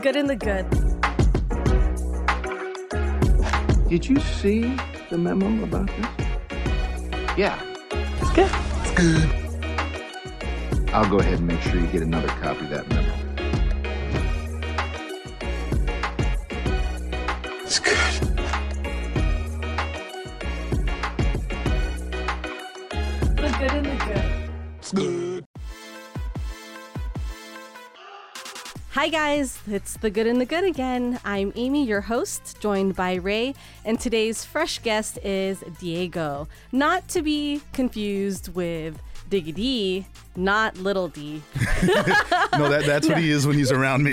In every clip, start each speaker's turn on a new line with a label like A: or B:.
A: good and the good.
B: Did you see the memo about this? Yeah,
A: It's good.
B: I'll go ahead and make sure you get another copy of that memo. It's good.
A: The good and the good.
B: It's good.
A: Hi, guys. It's The Good and the Good again. I'm Amy, your host, joined by Ray, and today's fresh guest is Diego. Not to be confused with Diggy D, not Little D,
C: No, that, that's what he is when he's around me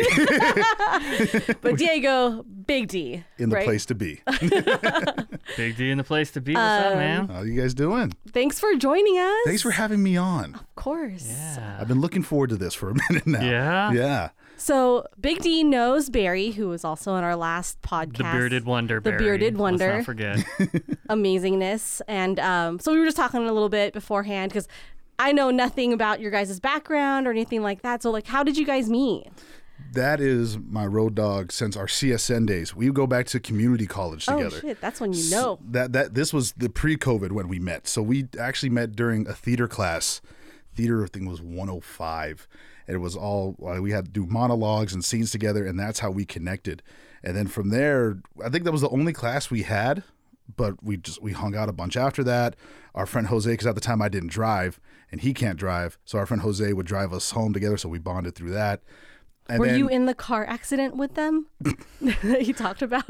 A: but Diego, Big D.
C: in the
A: right?
C: place to be.
D: Big D in the place to be. What's up, man?
A: Um,
C: How you guys doing?
A: Thanks for joining us.
C: Thanks for having me on.
A: Of course.
C: I've been looking forward to this for a minute now.
D: Yeah?
C: Yeah.
A: So, Big D knows Barry, who was also on our last podcast.
D: The bearded wonder.
A: The
D: Barry.
A: bearded wonder.
D: Let's not forget.
A: amazingness. And um, so we were just talking a little bit beforehand because I know nothing about your guys' background or anything like that. So, like, how did you guys meet?
C: That is my road dog since our CSN days. We go back to community college
A: Oh,
C: together.
A: shit. That's when you know.
C: That that this was the pre-COVID when we met. So we actually met during a theater class. Theater I think was 105. And it was all uh, we had to do monologues and scenes together, and that's how we connected. And then from there, I think that was the only class we had. But we just we hung out a bunch after that. Our friend Jose, because at the time I didn't drive and he can't drive, so our friend Jose would drive us home together. So we bonded through that. And
A: Were
C: then,
A: you in the car accident with them that you talked about?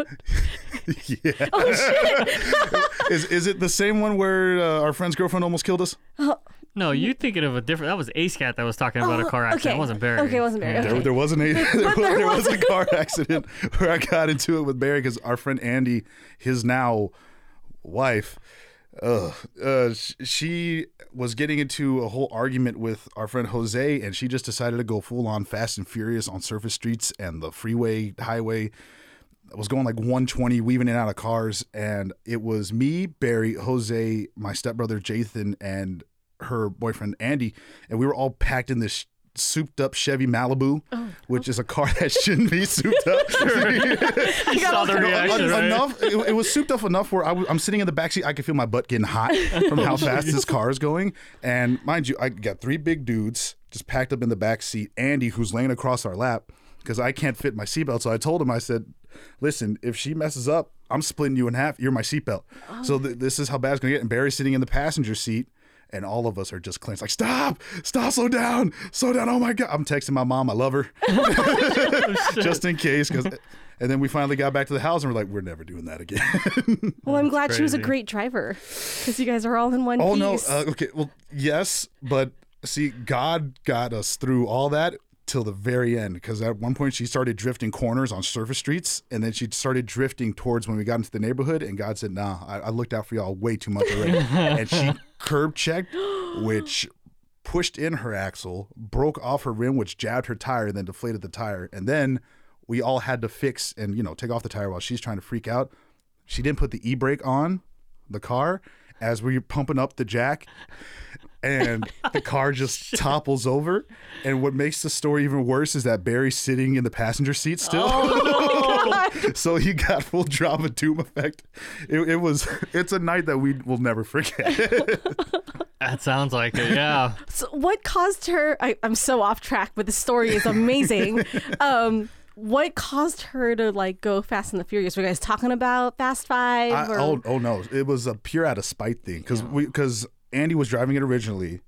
A: yeah. Oh, shit.
C: is is it the same one where uh, our friend's girlfriend almost killed us?
D: No, you thinking of a different. That was Ace Cat that was talking about
A: Oh,
D: a car accident.
A: okay.
D: It wasn't Barry.
A: Okay, it wasn't Barry.
D: Yeah.
A: Okay.
C: There, there was an a, there, was, there was a car accident where I got into it with Barry because our friend Andy, his now wife, ugh, uh, sh- she was getting into a whole argument with our friend Jose, and she just decided to go full on Fast and Furious on surface streets and the freeway highway. I was going like 120, weaving in and out of cars, and it was me, Barry, Jose, my stepbrother Jathan, and her boyfriend Andy, and we were all packed in this souped up Chevy Malibu, which is a car that shouldn't be souped up.
D: You saw the reaction,
C: En-
D: right?
C: Enough. It, it was souped up enough where i w- I'm sitting in the backseat. I could feel my butt getting hot from how fast this car is going. And mind you, I got three big dudes just packed up in the backseat. Andy, who's laying across our lap because I can't fit my seatbelt. So I told him, I said, listen, if she messes up, I'm splitting you in half. You're my seatbelt.
D: Oh.
C: So th- this is how bad it's going to get. And Barry's sitting in the passenger seat. And all of us are just clenched, like, stop, stop, slow down, slow down. Oh my God. I'm texting my mom, I love her just in case. Cause, and then we finally got back to the house and we're like, we're never doing that again.
A: Well, I'm glad she was a
D: crazy.
A: great driver because you guys are all in one
C: oh no,
A: piece.
C: uh, okay, well, yes, but see, God got us through all that till the very end. Because at one point she started drifting corners on surface streets, and then she started drifting towards when we got into the neighborhood. And God said, Nah, I, I looked out for y'all way too much already. and she curb checked, which pushed in her axle, broke off her rim, which jabbed her tire, and then deflated the tire. And then we all had to fix and you know take off the tire while she's trying to freak out. She didn't put the e brake on the car as we were pumping up the jack, and the car just topples over. And what makes the story even worse is that Barry's sitting in the passenger seat still. so he got full drama doom effect. It, it was it's a night that we will never forget.
D: That sounds like it. Yeah.
A: So what caused her? I, I'm so off track, but the story is amazing. um, what caused her to like go Fast and the Furious? Were you guys talking about Fast Five?
C: I,
A: or-
C: oh, oh no, it was a pure out of spite thing because we because Andy was driving it originally,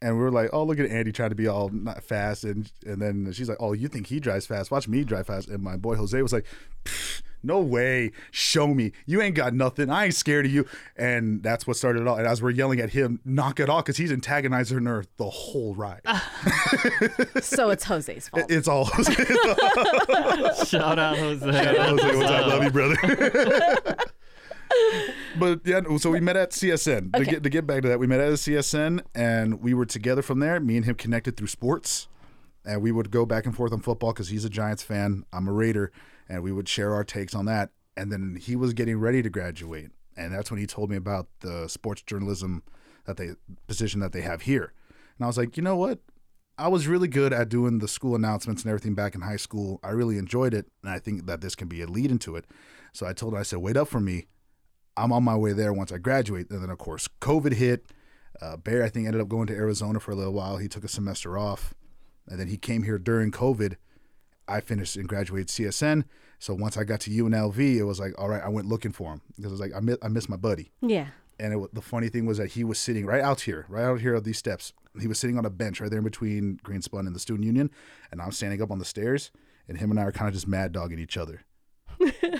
C: and we were like, oh look at Andy trying to be all not fast, and and then she's like, oh you think he drives fast? Watch me drive fast. And my boy Jose was like. "Pfft, No way! Show me you ain't got nothing. I ain't scared of you, and that's what started it all. And as we're yelling at him, knock it off, because he's antagonizing her the whole ride.
A: so it's Jose's fault.
C: It's all Jose.
D: Shout out Jose.
C: Jose, what's up? Love you, brother. but yeah, so we met at CSN. To, get, to get back to that, we met at a CSN and we were together from there. Me and him connected through sports. And we would go back and forth on football because he's a Giants fan, I'm a Raider, and we would share our takes on that. And then he was getting ready to graduate. And that's when he told me about the sports journalism that they position that they have here. And I was like, you know what? I was really good at doing the school announcements and everything back in high school. I really enjoyed it, and I think that this can be a lead into it. So I told her, I said, wait up for me. I'm on my way there once I graduate. And then, of course, COVID hit. Uh, Bear, I think, ended up going to Arizona for a little while. He took a semester off, and then he came here during COVID. I finished and graduated CSN. So once I got to UNLV, it was like, all right, I went looking for him because I was like, I miss, I miss my buddy.
A: Yeah.
C: And it, wa- the funny thing was that he was sitting right out here, right out here on these steps. He was sitting on a bench right there in between Greenspun and the Student Union, and I'm standing up on the stairs, and him and I are kind of just mad dogging each other,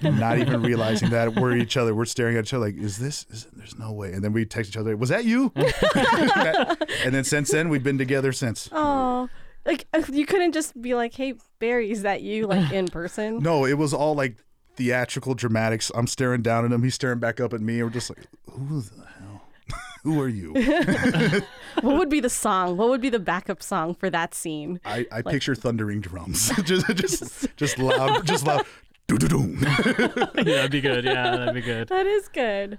C: not even realizing that we're each other. We're staring at each other like, "Is this? Is, there's no way." And then we text each other, "Was that you?" and then since then, we've been together since.
A: Oh, like uh, you couldn't just be like, "Hey, Barry, is that you?" Like in person.
C: No, it was all like theatrical dramatics. I'm staring down at him, he's staring back up at me, and we're just like, "Who the hell? Who are you?"
A: What would be the song? What would be the backup song for that scene?
C: I, I picture thundering drums, just, just just loud, just loud. Doo doo doo.
D: yeah, that'd be good. Yeah, that'd be good.
A: That is good.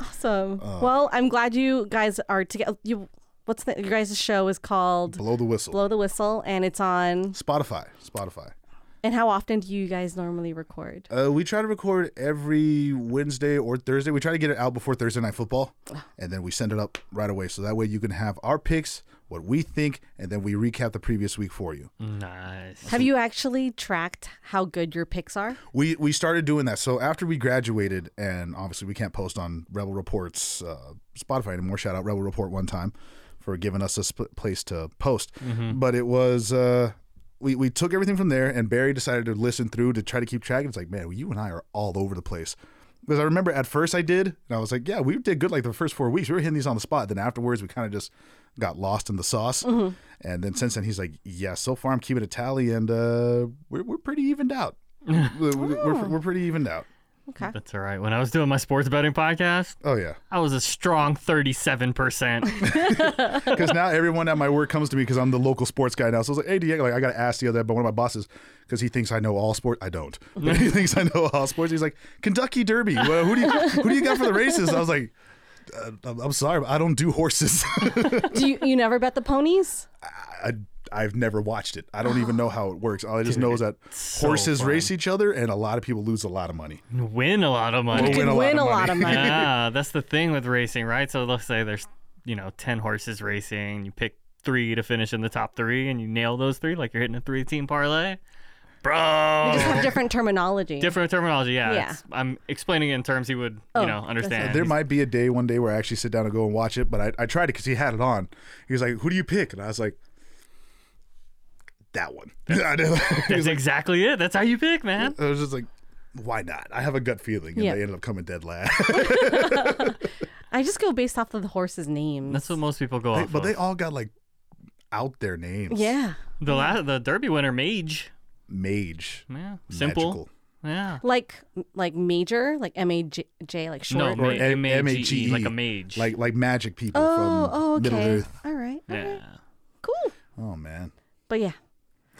A: Awesome.
C: Uh.
A: well, I'm glad you guys are together. You, what's the your guys' show is called
C: Blow the whistle.
A: Blow the Whistle, and it's on.
C: Spotify, Spotify.
A: And how often do you guys normally record?
C: Uh, we try to record every Wednesday or Thursday. We try to get it out before Thursday night football, and then we send it up right away. So that way you can have our picks, what we think, and then we recap the previous week for you.
D: Nice.
A: Have you actually tracked how good your picks are?
C: We we started doing that. So after we graduated, and obviously we can't post on Rebel Reports uh, Spotify anymore. Shout out Rebel Report one time for giving us a split place to post. But it was uh, we we took everything from there, and Barry decided to listen through to try to keep track. It's like man, you and I are all over the place. Because I remember at first I did, and I was like, yeah, we did good like the first four weeks. We were hitting these on the spot. Then afterwards, we kind of just got lost in the sauce. And then since then, he's like, yeah, so far I'm keeping a tally, and uh, we're, we're pretty evened out. we're, we're, we're pretty evened out.
A: Okay.
D: That's all right. When I was doing my sports betting podcast,
C: Oh, yeah.
D: I was a strong 37%.
C: Because now everyone at my work comes to me because I'm the local sports guy now. So I was like, hey, Diego, like, I got to ask the other, but one of my bosses, because he thinks I know all sports. I don't. But he thinks I know all sports. He's like, Kentucky Derby. Well, who, do you, who do you got for the races? I was like, uh, I'm I'm sorry, but I don't do horses.
A: Do you you never bet the ponies?
C: I I've never watched it. I don't even know how it works. All I just know is that
D: so
C: horses
D: fun.
C: race each other, and a lot of people lose a lot of money.
D: Win a lot of money.
C: Win
A: You could
C: a lot
A: win a
C: of
A: lot of money.
D: yeah, that's the thing with racing, right? So let's say there's, you know, 10 horses racing. You pick three to finish in the top three and you nail those three like you're hitting a three team parlay. Bro.
A: Just have different terminology.
D: Different terminology. Yeah.
A: Yeah.
D: it's- I'm explaining it in terms he would, you
A: Oh,
D: know, understand.
C: There might be a day, one day, where I actually sit down and go and watch it, but I, I tried it because he had it on. He was like, "Who do you pick?" And I was like, "That one." I didn't- he
D: That's
C: was like-
D: exactly it. That's how you pick, man.
C: I was just like, "Why not?" I have a gut feeling, and
A: Yeah.
C: they ended up coming dead last.
A: I just go based off of the horses' names.
D: That's what most people go off
C: but
D: of.
C: they all got like out their names.
A: yeah.
D: the la- the Derby winner, Mage.
C: Mage,
D: Yeah, simple.
C: magical.
D: Yeah.
A: Like like major, like M A J J, like short.
D: No, ma-
C: Or M-
D: M-A-G-E, like a
C: M-A-G-E,
D: mage.
C: like like magic people
A: oh,
C: from
A: oh,
C: Middle
A: okay.
C: Earth.
A: All right. all right.
D: yeah.
A: Cool.
C: Oh man.
A: But yeah.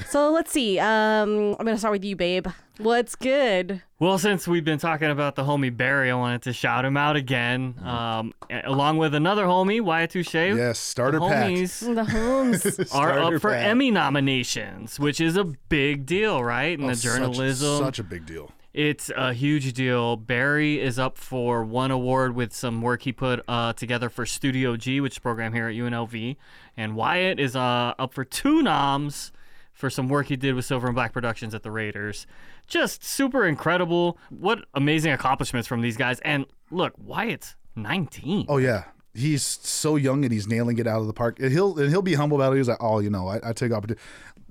A: So let's see. Um, I'm gonna start with you, babe. What's good?
D: Well, since we've been talking about the homie Barry, I wanted to shout him out again, um, a- along with another homie, Wyatt Touche.
C: Yes, starter pack.
D: homies
A: The homes.
D: are
C: Starter
D: up for
C: pack.
D: Emmy nominations, which is a big deal, right? In
C: Oh,
D: the
C: such-
D: journalism,
C: Such, a big deal.
D: it's a huge deal. Barry is up for one award with some work he put uh, together for Studio G, which is a program here at UNLV, and Wyatt is uh, up for two noms for some work he did with Silver and Black Productions at the Raiders. Just super incredible. What amazing accomplishments from these guys. And look, Wyatt's 19.
C: Oh yeah, he's so young and he's nailing it out of the park. And he'll and he'll be humble about it. He's like, oh, you know, I, I take opportunity.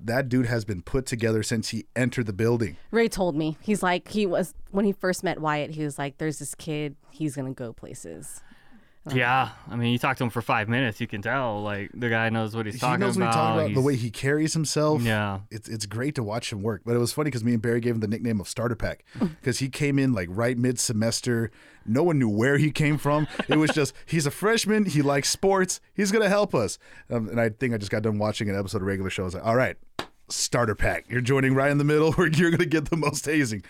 C: That dude has been put together since he entered the building.
A: Ray told me he's like he was when he first met Wyatt. He was like, "There's this kid. He's gonna go places."
D: Yeah, I mean, you talk to him for five minutes, you can tell like the guy knows what he's
C: he
D: talking
C: knows what
D: about.
C: he's talking about. The
D: He's-
C: way he carries himself.
D: Yeah.
C: it's it's great to watch him work. But it was funny because me and Barry gave him the nickname of Starter Pack because he came in like right mid semester. No one knew where he came from. It was just he's a freshman. He likes sports. He's gonna help us. Um, and I think I just got done watching an episode of regular show. I was like, all right, Starter Pack. You're joining right in the middle where you're gonna get the most hazing.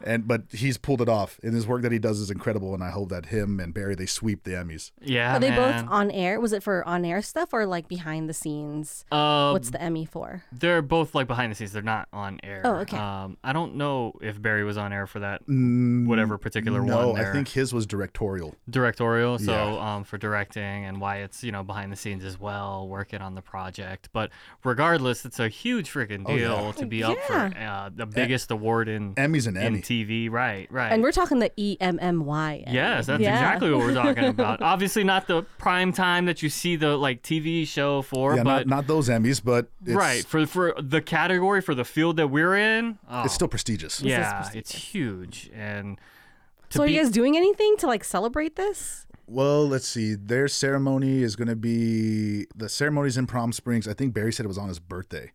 C: And but he's pulled it off, and his work that he does is incredible. And I hope that him and Barry they sweep the Emmys.
D: Yeah,
A: Are they
D: Ah, man.
A: both on air? Was it for on air stuff or like behind the scenes?
D: Uh,
A: What's the E Emmy for?
D: They're both like behind the scenes. They're not on air.
A: Oh, okay.
D: Um, I don't know if Barry was on air for that whatever particular
C: Mm, No,
D: one.
C: I
D: there.
C: think his was directorial.
D: directorial. So
C: Yeah.
D: um, for directing and Wyatt's you know behind the scenes as well, working on the project. But regardless, it's a huge freaking
C: Oh, yeah.
D: deal to be up for uh, the biggest award in
C: Emmy's an
D: in
C: Emmy.
D: TV. Right, right.
A: And we're talking the E M M Y.
D: Yes, that's
A: Yeah.
D: exactly what we're talking about. Obviously, not the prime time that you see the like TV show for,
C: yeah,
D: but
C: not, not those Emmys, but it's,
D: right for for the category for the field that we're in. Oh,
C: it's still prestigious.
D: yeah, it's huge. And to
A: So are
D: be,
A: you guys doing anything to like celebrate this?
C: Well, let's see. Their ceremony is going to be the ceremony's in Palm Springs. I think Barry said it was on his birthday.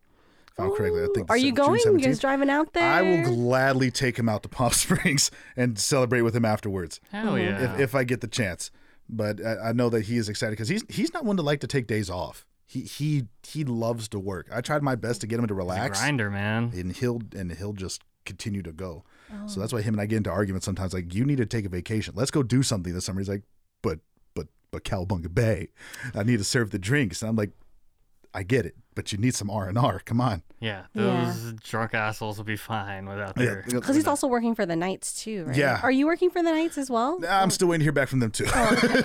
C: If I'm correctly, I think.
A: Are you
C: June
A: going? You guys
C: 17th.
A: driving out there?
C: I will gladly take him out to Palm Springs and celebrate with him afterwards
A: Mm-hmm.
D: hell yeah.
C: if, if I get the chance. But I, I know that he is excited because he's he's not one to like to take days off. He he he loves to work. I tried my best to get him to relax,
D: Grinder, man.
C: and he'll and he'll just continue to go. So that's why him and I get into arguments sometimes. Like you need to take a vacation. Let's go do something this summer. He's like, but but but Calabunga Bay, I need to serve the drinks. And I'm like, I get it, but you need some R and R. Come on.
D: Yeah,
A: Yeah.
D: those drunk assholes will be fine without their.
A: Because he's also working for the Knights too, right?
C: Yeah.
A: Are you working for the Knights as well?
C: Nah, I'm still waiting to hear back from them too.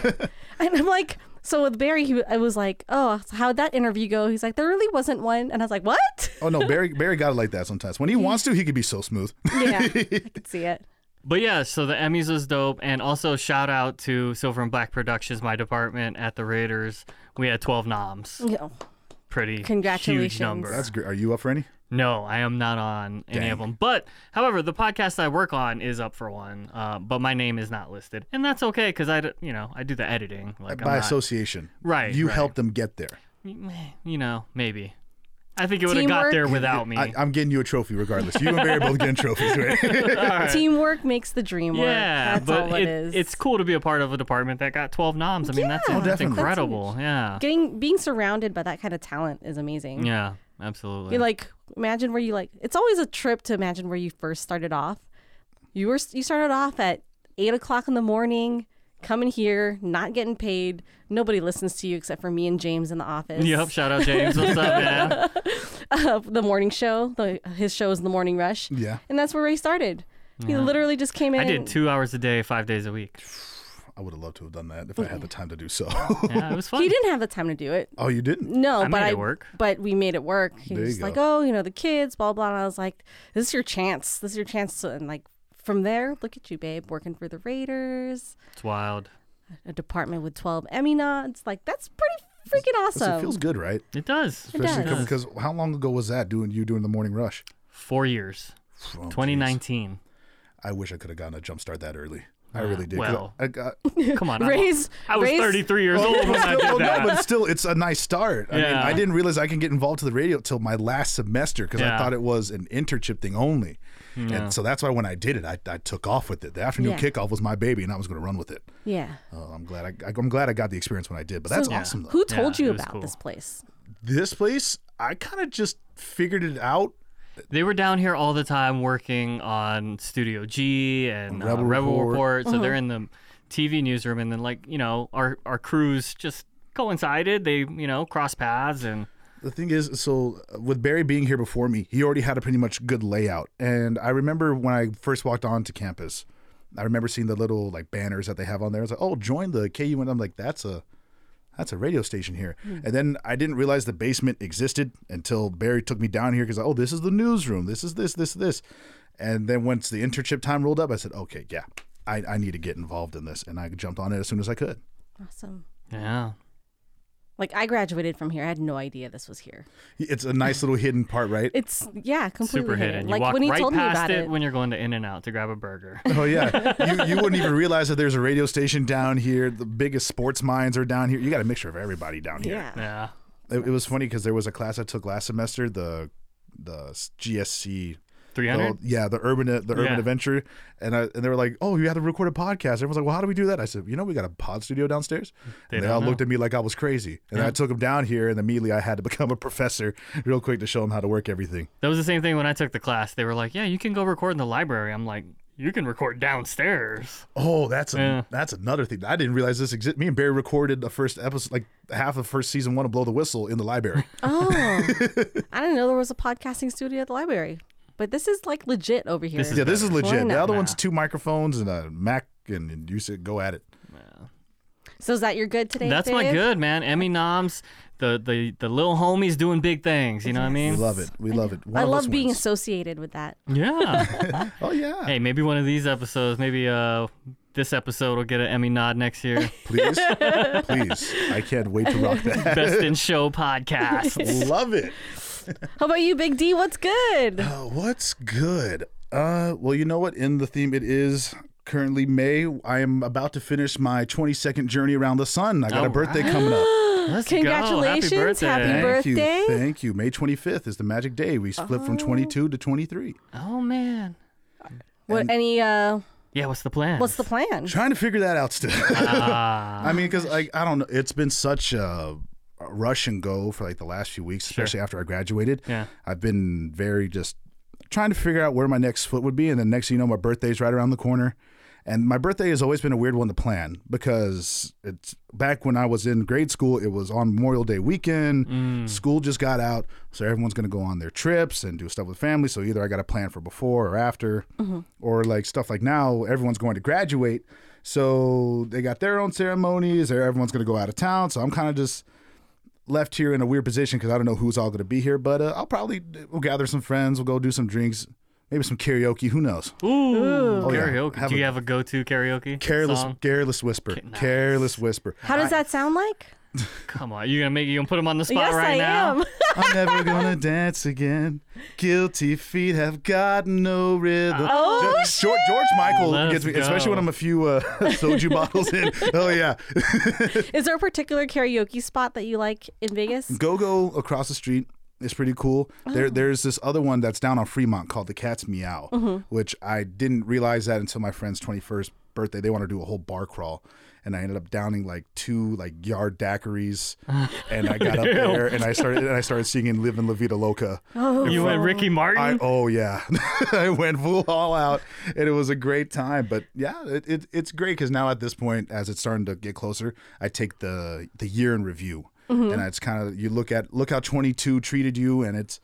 A: And I'm like, so with Barry, he, I was like, oh, so how'd that interview go? He's like, there really wasn't one. And I was like, what?
C: oh no, Barry Barry got it like that sometimes. When he wants to, he could be so smooth.
A: Yeah, I could see it.
D: But yeah, so the Emmys was dope, and also shout out to Silver and Black Productions, my department at the Raiders. We had 12 noms.
A: You know,
D: Pretty
A: Congratulations.
D: huge number.
C: That's great. Are you up for any?
D: No, I am not on any of them. But, however, the podcast I work on is up for one. Uh, but my name is not listed, and that's okay because I, d- you know, I do the editing. Like
C: By
D: I'm not,
C: association,
D: Right,
C: You
D: right.
C: helped them get there.
D: you know, maybe. I think it would have got
A: Teamwork.
D: there without me.
C: I, I'm getting you a trophy regardless. You and Barry both getting trophies. Right?
A: Teamwork makes the dream work.
D: yeah,
A: That's
D: but
A: all it
D: it-
A: is.
D: it's cool to be a part of a department that got 12 noms. I mean, that's,
A: Yeah. Oh,
D: that's
C: definitely. That's
D: incredible. yeah.
A: Getting being surrounded by that kind of talent is amazing.
D: Yeah, absolutely.
A: You like imagine where you like. It's always a trip to imagine where you first started off. You were you started off at eight o'clock in the morning, coming here, not getting paid. Nobody listens to you except for me and James in the office.
D: Yep, shout out James. What's up, man?
A: of the morning show. The, his show is the Morning Rush.
C: Yeah.
A: and that's where Ray started. He literally just came in.
D: I did
A: and-
D: two hours a day, five days a week.
C: I would have loved to have done that if I had the time to do so.
D: Yeah, it was fun.
A: He didn't have the time to do it.
C: oh, you didn't?
A: No,
D: I
A: but
D: made
A: I
D: it work.
A: But we made it work. He
C: There you
A: was like,
C: go.
A: "Oh, you know, the kids, blah blah." And I was like, "This is your chance. This is your chance." To, and like from there, look at you, babe, working for the Raiders,
D: It's wild.
A: a department with twelve Emmy nods. Like that's pretty freaking awesome.
C: It feels good, right?
D: It does.
A: It does.
C: Because how long ago was that doing you doing the morning rush?
D: Four years.
C: Oh, geez.
D: 2019.
C: I wish I could have gotten a jump start that early. I really did. 'cause
D: Ah, well.
C: I, I got,
D: Come on. I-
A: Raise,
D: I was
A: raise,
D: 33 years old when I
C: Well,
D: did
C: no,
D: that.
C: but still, it's a nice start. I mean,
D: Yeah.
C: I didn't realize I can get involved to the radio till my last semester because I
D: Yeah.
C: thought it was an internship thing only. And so that's why when I did it, I, I took off with it. The afternoon
A: Yeah.
C: kickoff was my baby, and I was going to run with it.
A: Yeah.
C: Oh, I'm glad I, I, am glad I got the experience when I did. But that's awesome though.
A: Who told
D: Yeah,
A: you
D: it was
A: about
D: cool.
A: this place?
C: This place, I kind of just figured it out.
D: They were down here all the time working on Studio G and
C: Rebel
D: Rebel, uh, Rebel Report.
C: Report.
D: So
A: Uh-huh.
D: they're in the TV newsroom, and then like you know, our our crews just coincided. They you know cross paths and
C: The thing is, so uh, with Barry being here before me, he already had a pretty much good layout. And I remember when I first walked onto campus, I remember seeing the little like banners that they have on there. It's like, oh, join the KU, and I'm like, that's a that's a radio station here. And then I didn't realize the basement existed until Barry took me down here because oh, this is the newsroom. This is this this this. And then once the internship time rolled up, I said, okay, yeah, I, I need to get involved in this, and I jumped on it as soon as I could.
A: Awesome.
D: yeah.
A: Like I graduated from here. I had no idea this was here.
C: It's a nice little hidden part, right?
A: It's yeah, completely
D: Super hidden. You
A: Like
D: walk
A: when he
D: right
A: told me
D: past
A: about
D: it,
A: it,
D: when you're going to In and Out to grab a burger.
C: Oh yeah, you, you wouldn't even realize that there's a radio station down here. The biggest sports minds are down here. You got a mixture of everybody down here.
A: yeah.
D: yeah.
C: It, it was funny because there was a class I took last semester, the the GSC.
D: 300?
C: the- yeah, the urban uh, the urban
D: Yeah.
C: adventure, and I, and they were like, "Oh, you had to record a podcast." Everyone's like, "Well, how do we do that?" I said, "You know, we got a pod studio downstairs."
D: They
C: and they
D: don't
C: all
D: know.
C: looked at me like I was crazy, and I took them down here, and immediately I had to become a professor real quick to show them how to work everything.
D: That was the same thing when I took the class. They were like, "Yeah, you can go record in the library." I'm like, you can record downstairs.
C: Oh, that's a,
D: Yeah.
C: that's another thing. I didn't realize this existed. Me and Barry recorded the first episode, like half of first season one of Blow the Whistle in the library.
A: Oh, I didn't know there was a podcasting studio at the library, but this is like legit over here.
D: This
C: yeah, this is legit.
A: Why
C: The
A: not?
C: other one's two microphones and a Mac, and, and you said go at it.
A: so is that your good today?
D: That's my
A: Dave?
D: good man. Emmy noms, the the the little homies doing big things. You know what
C: We
D: I mean?
C: love it. We love it. One
A: I
C: of us
A: love being
C: wins.
A: associated with that.
D: Yeah.
C: Oh yeah.
D: hey, maybe one of these episodes, maybe uh, this episode will get an Emmy nod next year.
C: Please, please. I can't wait to rock that.
D: Best in Show podcast.
C: love it.
A: How about you, Big D? What's good?
C: Uh, what's good? Uh, well, you know what? In the theme, it is currently May. I am about to finish my 22nd journey around the sun. I got a
D: All
C: birthday coming up.
D: Let's go.
A: Congratulations.
D: Happy birthday.
A: Happy birth-
C: Thank you.
A: birthday?
C: Thank you. May 25th is the magic day. We flip from 22 to 23.
D: Oh man.
A: What any? uh
D: Yeah. What's the plan?
A: What's the plan?
C: Trying to figure that out still.
D: Ah.
C: I mean, because like I don't know, it's been such a a rush and go for like the last few weeks, especially after I graduated.
D: Yeah.
C: I've been very just trying to figure out where my next foot would be, and then next thing you know, my birthday's right around the corner. And my birthday has always been a weird one to plan because it's back when I was in grade school, it was on Memorial Day weekend. School just got out, so everyone's going to go on their trips and do stuff with family. So either I got to plan for before or after, or like stuff like now, everyone's going to graduate. So they got their own ceremonies, or everyone's going to go out of town. So I'm kind of just left here in a weird position because I don't know who's all going to be here, but uh, I'll probably we'll gather some friends. We'll go do some drinks, maybe some karaoke. Who knows?
D: Ooh.
C: Oh, yeah.
D: Karaoke.
C: Have
D: Do
C: a-
D: you have a go-to karaoke?
C: Careless,
D: song?
C: careless whisper, careless whisper.
A: How does that sound like?
D: Come on. You gonna make? You gonna put him on the spot
A: yes,
D: right
A: I
D: now?
A: am.
C: I'm never gonna dance again. Guilty feet have got no rhythm.
A: Oh,
C: Ge- George, George Michael
D: Let's
C: gets me,
D: go.
C: especially when I'm a few uh, soju bottles in. Oh yeah,
A: Is there a particular karaoke spot that you like in Vegas?
C: Go Go across the street is pretty cool. There, there's this other one that's down on Fremont called the Cat's Meow, which I didn't realize that until my friend's 21st birthday. They want to do a whole bar crawl, and I ended up downing like two like yard daiquiris, and I got up there and I started and I started singing "Live in La Vida Loca."
A: Oh,
D: You went Ricky Martin.
C: I, oh yeah, I went full all out, and it was a great time. But yeah, it, it, it's great because now at this point, as it's starting to get closer, I take the the year in review, and it's kind of you look at look how twenty two treated you, and it's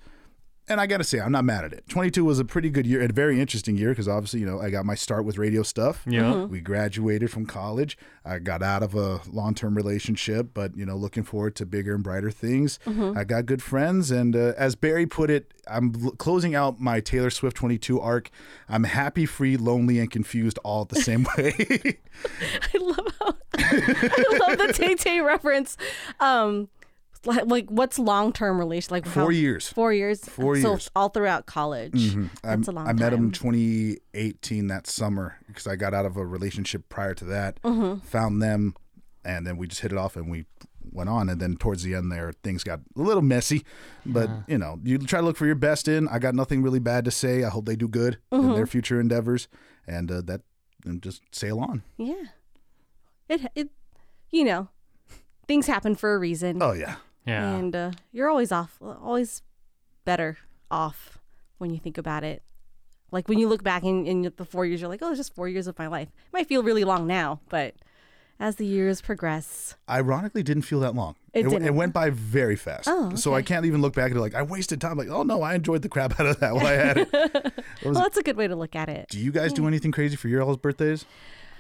C: and I gotta say I'm not mad at it. Twenty two was a pretty good year and a very interesting year because obviously you know I got my start with radio stuff.
D: Yeah.
A: Mm-hmm.
C: We graduated from college. I got out of a long term relationship, but you know, looking forward to bigger and brighter things. I got good friends, and uh, as Barry put it, I'm l- closing out my Taylor Swift 22 arc. I'm happy, free, lonely, and confused all at the same way.
A: I love how I love the Tay Tay reference. Um, li- like what's long term relation? Like how-
C: Four years.
A: Four years.
C: Four
A: so
C: years.
A: all throughout college.
C: I'm-
A: That's a long
C: I met him
A: time.
C: 2018 that summer because I got out of a relationship prior to that.
A: Mm-hmm.
C: Found them, and then we just hit it off, and we went on. And then towards the end, there things got a little messy, but you know, you try to look for your best in. I got nothing really bad to say. I hope they do good in
A: Mm-hmm.
C: their future endeavors, and uh, that and just sail on.
A: Yeah. It it, you know, things happen for a reason,
C: Oh yeah,
D: Yeah.
A: and uh, you're always off, always better off when you think about it. Like when you look back in, in the four years, you're like, oh, it's just four years of my life. It might feel really long now, but as the years progress,
C: ironically didn't feel that long.
A: It
C: w-
A: didn't.
C: went by very fast.
A: Oh,
C: So I can't even look back and be like, I wasted time. Like, oh no, I enjoyed the crap out of that while I had it.
A: well, that's a good way to look at it.
C: Do you guys do anything crazy for your all's birthdays?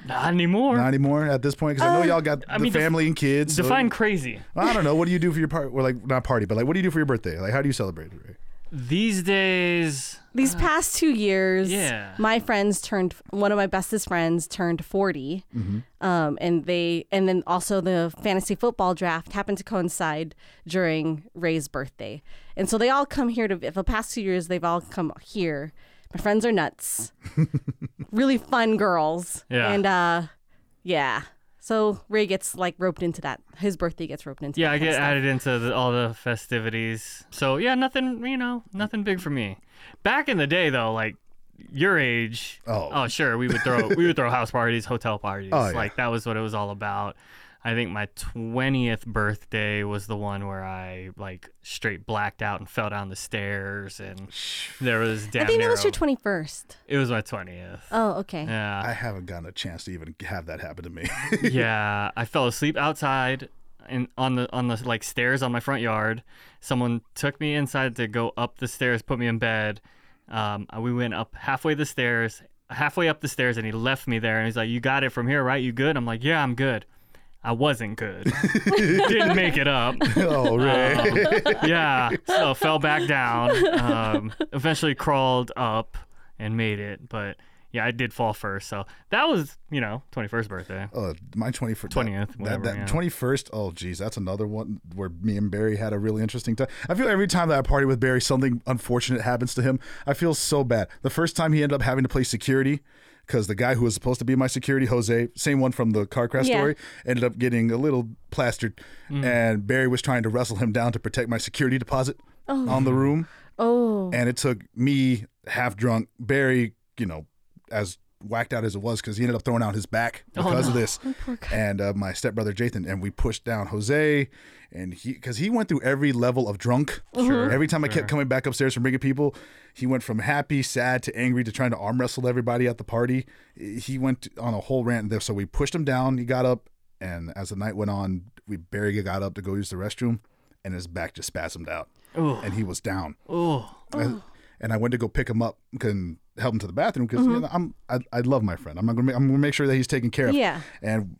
D: Not anymore. Uh,
C: Not anymore at this point because I know y'all got
D: I
C: the
D: mean, def-
C: family and kids. so-
D: Define crazy.
C: I don't know. What do you do for your part? Or like not party, but like what do you do for your birthday? Like how do you celebrate? it, Ray?
D: These days.
A: These past two years,
D: Uh, yeah.
A: my friends turned one of my bestest friends turned 40 um, and they and then also the fantasy football draft happened to coincide during Ray's birthday, and so they all come here to the past two years they've all come here. My friends are nuts, really fun girls,
D: Yeah.
A: and uh, yeah. So Ray gets like roped into that. His birthday gets roped into.
D: Yeah,
A: that
D: I
A: kind of
D: get
A: stuff.
D: added into the, all the festivities. So yeah, nothing. You know, nothing big for me. Back in the day, though, like your age.
C: Oh.
D: sure. We would throw we would throw house parties, hotel parties.
C: Oh, yeah.
D: Like that was what it was all about. I think my 20th birthday was the one where I like straight blacked out and fell down the stairs and there was damn
A: I think
D: near
A: that was
D: a-
A: your 21st.
D: It was my 20th.
A: Oh, okay.
D: Yeah.
C: I haven't gotten a chance to even have that happen to me.
D: yeah, I fell asleep outside and on the on the like stairs on my front yard. Someone took me inside to go up the stairs, put me in bed. Um, we went up halfway the stairs, halfway up the stairs, and he left me there. And he's like, "You got it from here, right? You good?" I'm like, "Yeah, I'm good." I wasn't good. Didn't make it up.
C: oh, Ray.
D: Yeah, so fell back down. Um, eventually crawled up and made it, but yeah, I did fall first. So that was, you know, 21st birthday.
C: Oh, my 21st.
D: 20th, whatever,
C: That,
D: yeah.
C: 21st. Oh, geez. That's another one where me and Barry had a really interesting time. I feel every time that I party with Barry, something unfortunate happens to him. I feel so bad. The first time he ended up having to play security because the guy who was supposed to be my security, Jose, same one from the car crash
A: Yeah.
C: story, ended up getting a little plastered.
D: Mm.
C: And Barry was trying to wrestle him down to protect my security deposit on
A: Um,
C: the room.
A: Oh,
C: and it took me half drunk barry you know as whacked out as it was because he ended up throwing out his back
D: Oh,
C: because of this and uh, my stepbrother Jathan and we pushed down Jose and he because he went through every level of drunk sure, every time I kept coming back upstairs from bringing people he went from happy sad to angry to trying to arm wrestle everybody at the party he went on a whole rant there so we pushed him down he got up and as the night went on we Barry got up to go use the restroom and his back just spasmed out and he was down
D: Oh,
C: I- and I went to go pick him up and help him to the bathroom because I'm I, I love my friend. I'm not gonna make, I'm gonna make sure that he's taken care of.
A: Yeah.
C: And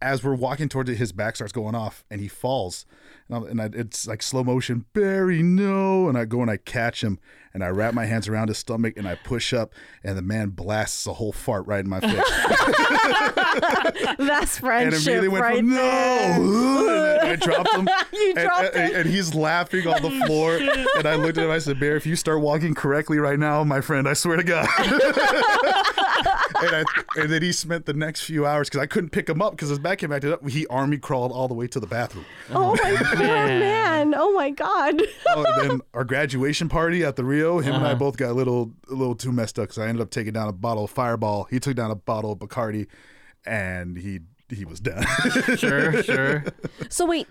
C: as we're walking towards it, his back starts going off and he falls, and, i and I, it's like slow motion. Barry, no! And I go and I catch him and I wrap my hands around his stomach and I push up and the man blasts a whole fart right in my face
A: that's
C: and
A: friendship
C: immediately went
A: right
C: from, no,
A: there.
C: and I dropped him.
A: You
C: and, uh,
A: dropped
C: and- and he's laughing on the floor. and I looked at him. I said, "Bear, if you start walking correctly right now, my friend, I swear to God." and, I, and then he spent the next few hours because I couldn't pick him up because his back came acted up. He army crawled all the way to the bathroom.
A: Oh my poor man. Oh my god.
C: Oh, and then our graduation party at the Rio, him and I both got a little, a little too messed up because I ended up taking down a bottle of Fireball. He took down a bottle of Bacardi, and he he was done.
D: sure, sure.
A: So wait,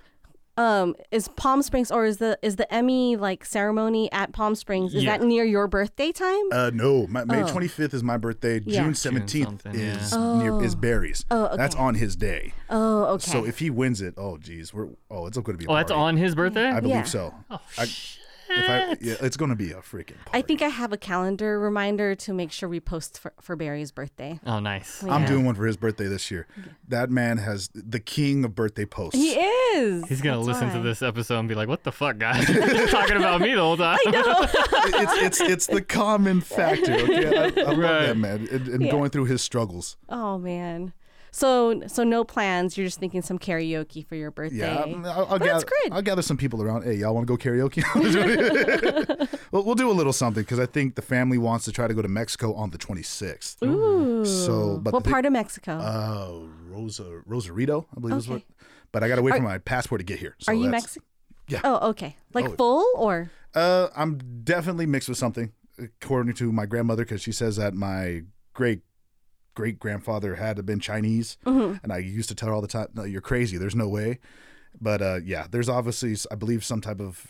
A: um, is Palm Springs or is the is the Emmy like ceremony at Palm Springs? Is
D: Yeah.
A: that near your birthday time?
C: Uh, no, my, May twenty fifth is my birthday.
A: Oh. Yeah.
C: June
A: June
C: seventeenth
D: something, yeah.
C: is near, is Barry's. Oh, That's on his day.
A: oh, okay.
C: Uh, So if he wins it, oh geez, we're oh it's going to be. A
D: Oh, that's
C: party.
D: on his birthday?
C: I believe
A: Yeah.
C: so. Oh, I, if I, yeah, it's going to be a freaking. Party.
A: I think I have a calendar reminder to make sure we post for, for Barry's birthday.
D: oh, nice.
C: I'm doing one for his birthday this year. That man has the king of birthday posts.
A: He is.
D: He's going to
A: That's
D: listen to
A: why.
D: this episode and be like, what the fuck, guys? You're talking about me the whole time.
C: it's it's it's the common factor. Okay, I, I love that
D: Right.
C: man and, and going through his struggles.
A: Oh man. So so no plans. You're just thinking some karaoke for your birthday.
C: Yeah, I'm- I'll, I'll
A: That's
C: gather,
A: great.
C: I'll gather some people around. Hey, y'all want to go karaoke? well, we'll do a little something because I think the family wants to try to go to Mexico on the 26th.
A: Ooh.
C: So, but
A: what
C: the thing-
A: part of Mexico?
C: Oh, Rosa Rosarito, I believe is what.
A: Okay.
C: But I got to wait for my passport to get here. So
A: Are you
C: that's-
A: Mexican?
C: yeah.
A: Oh, okay. Like
C: Oh.
A: full or
C: Uh, I'm definitely mixed with something, according to my grandmother, because she says that my great great grandfather had to been Chinese,
A: Mm-hmm.
C: and I used to tell her all the time, "No, you're crazy. There's no way." But uh, yeah, there's obviously, s- I believe, some type of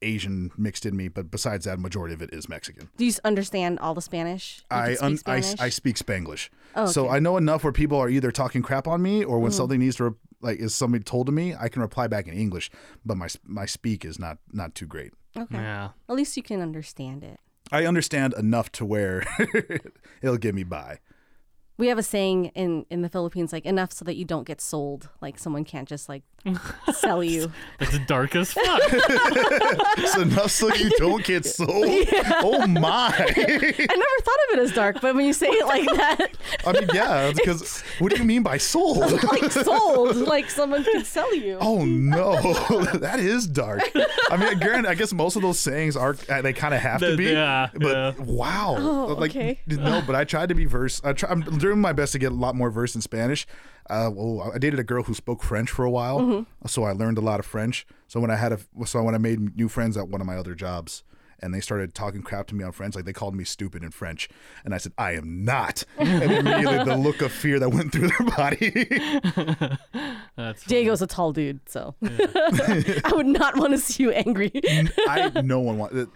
C: Asian mixed in me. But besides that, majority of it is Mexican.
A: do you s- understand all the Spanish? You
C: I,
A: can
C: un-
A: speak
C: I s-
A: Spanish?
C: I speak Spanglish,
A: Oh,
C: so
A: okay. Mm.
C: I know enough where people are either talking crap on me or when something needs to re- like is somebody told to me, I can reply back in English. But my s- my speak is not not too great.
A: okay.
D: yeah.
A: At least you can understand it.
C: I understand enough to where it'll get me by.
A: We have a saying in in the Philippines like enough so that you don't get sold. Like someone can't just like sell you.
D: That's dark as fuck.
C: It's enough so you don't get sold. Oh my!
A: I never thought of it as dark, but when you say it like that,
C: I mean, yeah, because what do you mean by sold?
A: like sold, like someone can sell you.
C: Oh no, that is dark. I mean, granted, I guess most of those sayings are uh, they kind of have to
D: The-
C: be.
D: yeah,
C: But wow,
A: Oh,
C: like
A: okay.
C: no, but I tried to be verse. I try, I'm doing my best to get a lot more verse in Spanish. Uh, well, I dated a girl who spoke French for a while,
A: Mm-hmm.
C: so I learned a lot of French. So when I had a, so when I made new friends at one of my other jobs, and they started talking crap to me on French. Like they called me stupid in French, and I said, "I am not." And immediately the look of fear that went through their body.
D: That's funny.
A: Diego's a tall dude, so I would not want to see you angry.
C: I no one want.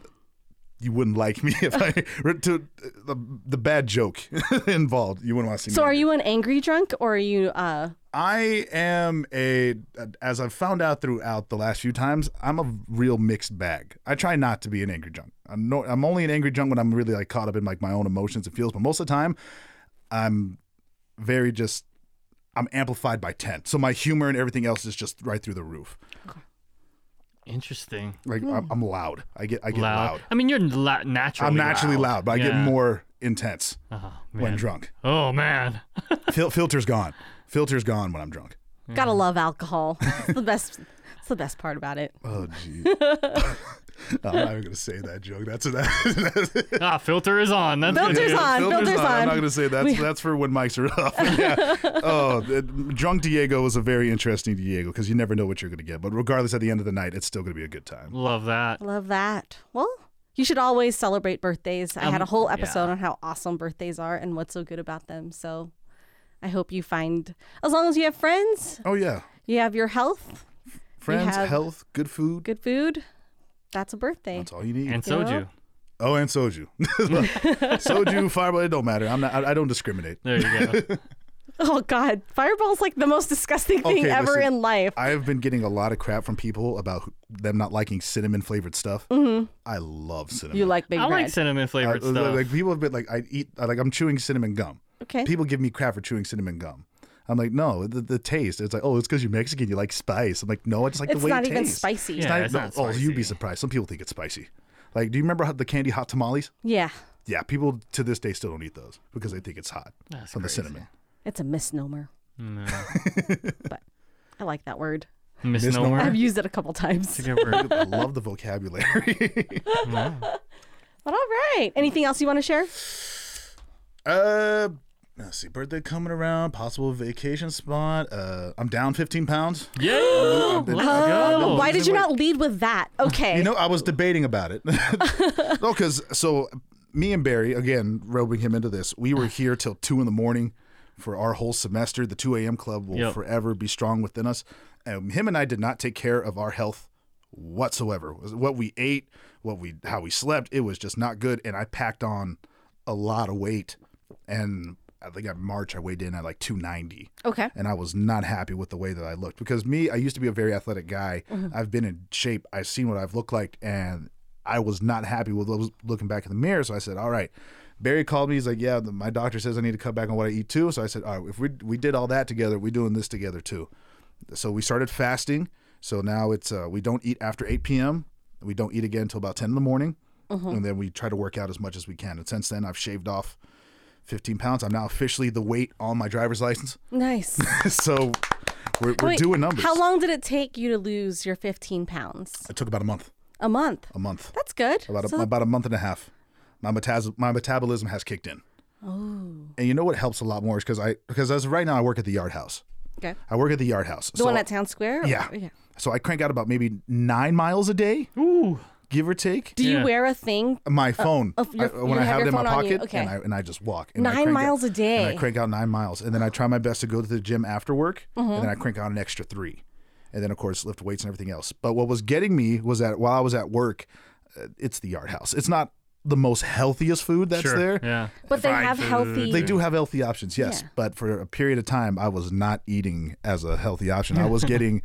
C: You wouldn't like me if I to the, the bad joke involved. You wouldn't want to see me.
A: so, are you an angry drunk or are you? uh
C: I am a, as I've found out throughout the last few times, I'm a real mixed bag. I try not to be an angry drunk. I'm, no, I'm only an angry drunk when I'm really like caught up in like my own emotions and feels. But most of the time, I'm very just, I'm amplified by ten. So my humor and everything else is just right through the roof.
D: Interesting.
C: Like I'm, I'm loud. I get, I get
D: Loud.
C: loud.
D: I mean, you're la- naturally.
C: I'm naturally loud, but I get
D: Yeah.
C: more intense
D: Oh
C: when
D: man.
C: drunk.
D: oh man.
C: Fil- filter's gone. Filter's gone when I'm drunk. Mm.
A: Gotta love alcohol. It's the best. It's the best part about it.
C: Oh, geez. I'm not even gonna say that joke. That's that. Filters,
D: ah, filter is on. That's good.
A: Filter's on. filters
C: I'm not
A: on.
C: gonna say that's that's for when mics are off. Yeah. Oh, it- drunk Diego is a very interesting Diego because you never know what you're gonna get. But regardless, at the end of the night, it's still gonna be a good time.
D: Love that.
A: Love that. Well, you should always celebrate birthdays. I had a
D: Um,
A: whole episode
D: yeah.
A: on how awesome birthdays are and what's so good about them. So, I hope you find, as long as you have friends,
C: Oh yeah,
A: you have your health,
C: friends,
A: have-
C: health, good food.
A: good food. That's a birthday.
C: That's all you need.
D: And soju.
C: oh, and soju. soju, fireball. It don't matter. I'm not. I, I don't discriminate.
D: There you go.
A: Oh God, Fireball's like the most disgusting thing
C: Okay,
A: ever
C: listen.
A: in life.
C: I have been getting a lot of crap from people about them not liking cinnamon flavored stuff. I love cinnamon.
A: Mm-hmm. You like Big
D: I like
A: Red.
D: cinnamon
C: Uh,
D: flavored
C: like,
D: stuff.
C: Like people have been like, I eat uh, like I'm chewing cinnamon gum.
A: okay.
C: People give me crap for chewing cinnamon gum. I'm like, no, the, the taste. It's like, oh, it's because you're Mexican, you like spice. I'm like, no, I just like
A: it's
C: the way
A: not
C: it
A: even
C: tastes.
A: spicy.
D: Yeah.
A: Yeah.
D: it's not
C: Oh, you'd be
D: spicy.
C: surprised. Some people think it's spicy. Like, do you remember how the candy hot tamales? Yeah, people to this day still don't eat those because they think it's hot
D: That's
C: from the
D: crazy.
C: cinnamon.
A: it's a misnomer,
D: No.
A: but I like that word.
D: Misnomer.
A: I've used it a couple times.
D: It's a good word.
C: I love the vocabulary.
A: But all right, anything else you want to share?
C: Uh, let's see. Birthday coming around. Possible vacation spot. Uh, I'm down 15 pounds.
D: Yeah. Let's go.
A: Why did you not lead with that? Okay.
C: Oh, You know, I was debating about it. no, because so me and Barry again roping him into this. We were here till two in the morning for our whole semester. The 2 a.m. club will
D: Yep.
C: forever be strong within us. And him and I did not take care of our health whatsoever. It was What we ate, what we how we slept, it was just not good. And I packed on a lot of weight. And I think at March I weighed in at like 290
A: okay.
C: and I was not happy with the way that I looked because me, I used to be a very athletic guy. I've been in shape. I've seen what I've looked like, and I was not happy with what was looking back in the mirror. So I said, "All right." Barry called me. He's like, "Yeah, the, my doctor says I need to cut back on what I eat too." So I said, "All right, if we we did all that together, we're doing this together too." So we started fasting. So now it's uh, we don't eat after 8 p.m. We don't eat again until about 10 in the morning, and then we try to work out as much as we can. And since then, I've shaved off 15 pounds. I'm now officially the weight on my driver's license
A: Nice.
C: so we're, we're
A: Wait,
C: doing numbers.
A: How long did it take you to lose your 15 pounds?
C: It took about a month.
A: A month.
C: A month.
A: That's good.
C: About a,
A: So-
C: about a month and a half. My metas- my metabolism has kicked in. Oh. And you know what helps a lot more is because I because as of right now I work at the yard house.
A: okay.
C: I work at the yard house.
A: The one at Town Square?
C: Yeah.
A: yeah.
C: So I crank out about maybe nine miles a day,
D: Ooh.
C: give or take.
A: Do you
D: Yeah.
A: wear a thing?
C: My phone,
A: of your-
C: I- when
A: you
C: I
A: have
C: have,
A: your
C: it in my
A: phone on you.
C: pocket,
A: Okay.
C: and I and I just walk. And I
A: Nine
C: crank out-
A: miles a
C: And I
A: day.
C: crank out nine miles, and then I try my best to go to the gym after work, and then
A: Mm-hmm.
C: I crank out an extra three, and then of course lift weights and everything else. But what was getting me was that while I was at work, uh, it's the Yard House. It's not the most healthiest food that's
D: Sure.
C: there.
D: Yeah.
A: But they have
D: food.
A: healthy.
C: They do have healthy options, yes.
A: Yeah.
C: But for a period of time, I was not eating as a healthy option. I was getting,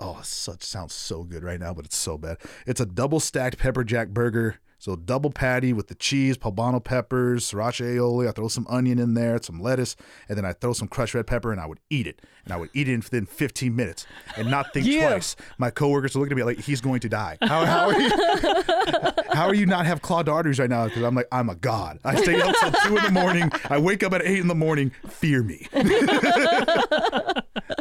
C: oh, such sounds so good right now, but it's so bad. It's a double stacked pepper jack burger. So double patty with the cheese, poblano peppers, sriracha aioli. I throw some onion in there, some lettuce, and then I throw some crushed red pepper, and I would eat it. And I would eat it in within 15 minutes and not think twice. My coworkers are looking at me like, he's going to die. How, how are you? How are you not have clawed arteries right now? Because I'm like, I'm a god. I stay up till two in the morning. I wake up at eight in the morning. Fear me.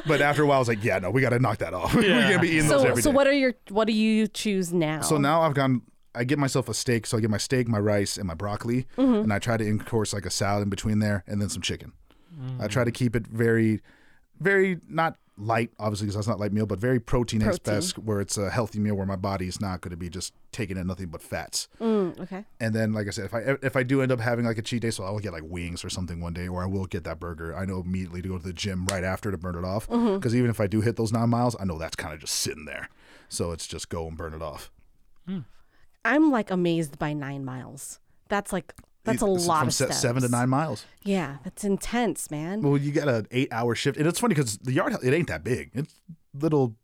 C: but after a while, I was like, yeah, no, we got to knock that off. we
D: Yeah.
C: can't be eating those
A: So,
C: every day.
A: so what are your? What do you choose now?
C: So now I've gone. I get myself a steak. So I get my steak, my rice, and my broccoli,
A: Mm-hmm.
C: and I try to course like a salad in between there, and then some chicken. I try to keep it very, very not light, obviously, because that's not light meal, but very protein at its
A: Protein.
C: best, where it's a healthy meal where my body is not going to be just taking in nothing but fats.
A: Mm, okay.
C: And then, like I said, if I if I do end up having like a cheat day, so I will get like wings or something one day, or I will get that burger. I know immediately to go to the gym right after to burn it off, because
A: Mm-hmm.
C: even if I do hit those nine miles, I know that's kind of just sitting there. So it's just go and burn it off.
A: I'm like amazed by nine miles. That's like that's a
C: It's
A: lot
C: from
A: of
C: se-
A: steps.
C: seven to nine miles.
A: Yeah, that's intense, man.
C: Well, you got an eight-hour shift, and it's funny because the yard it ain't that big. It's little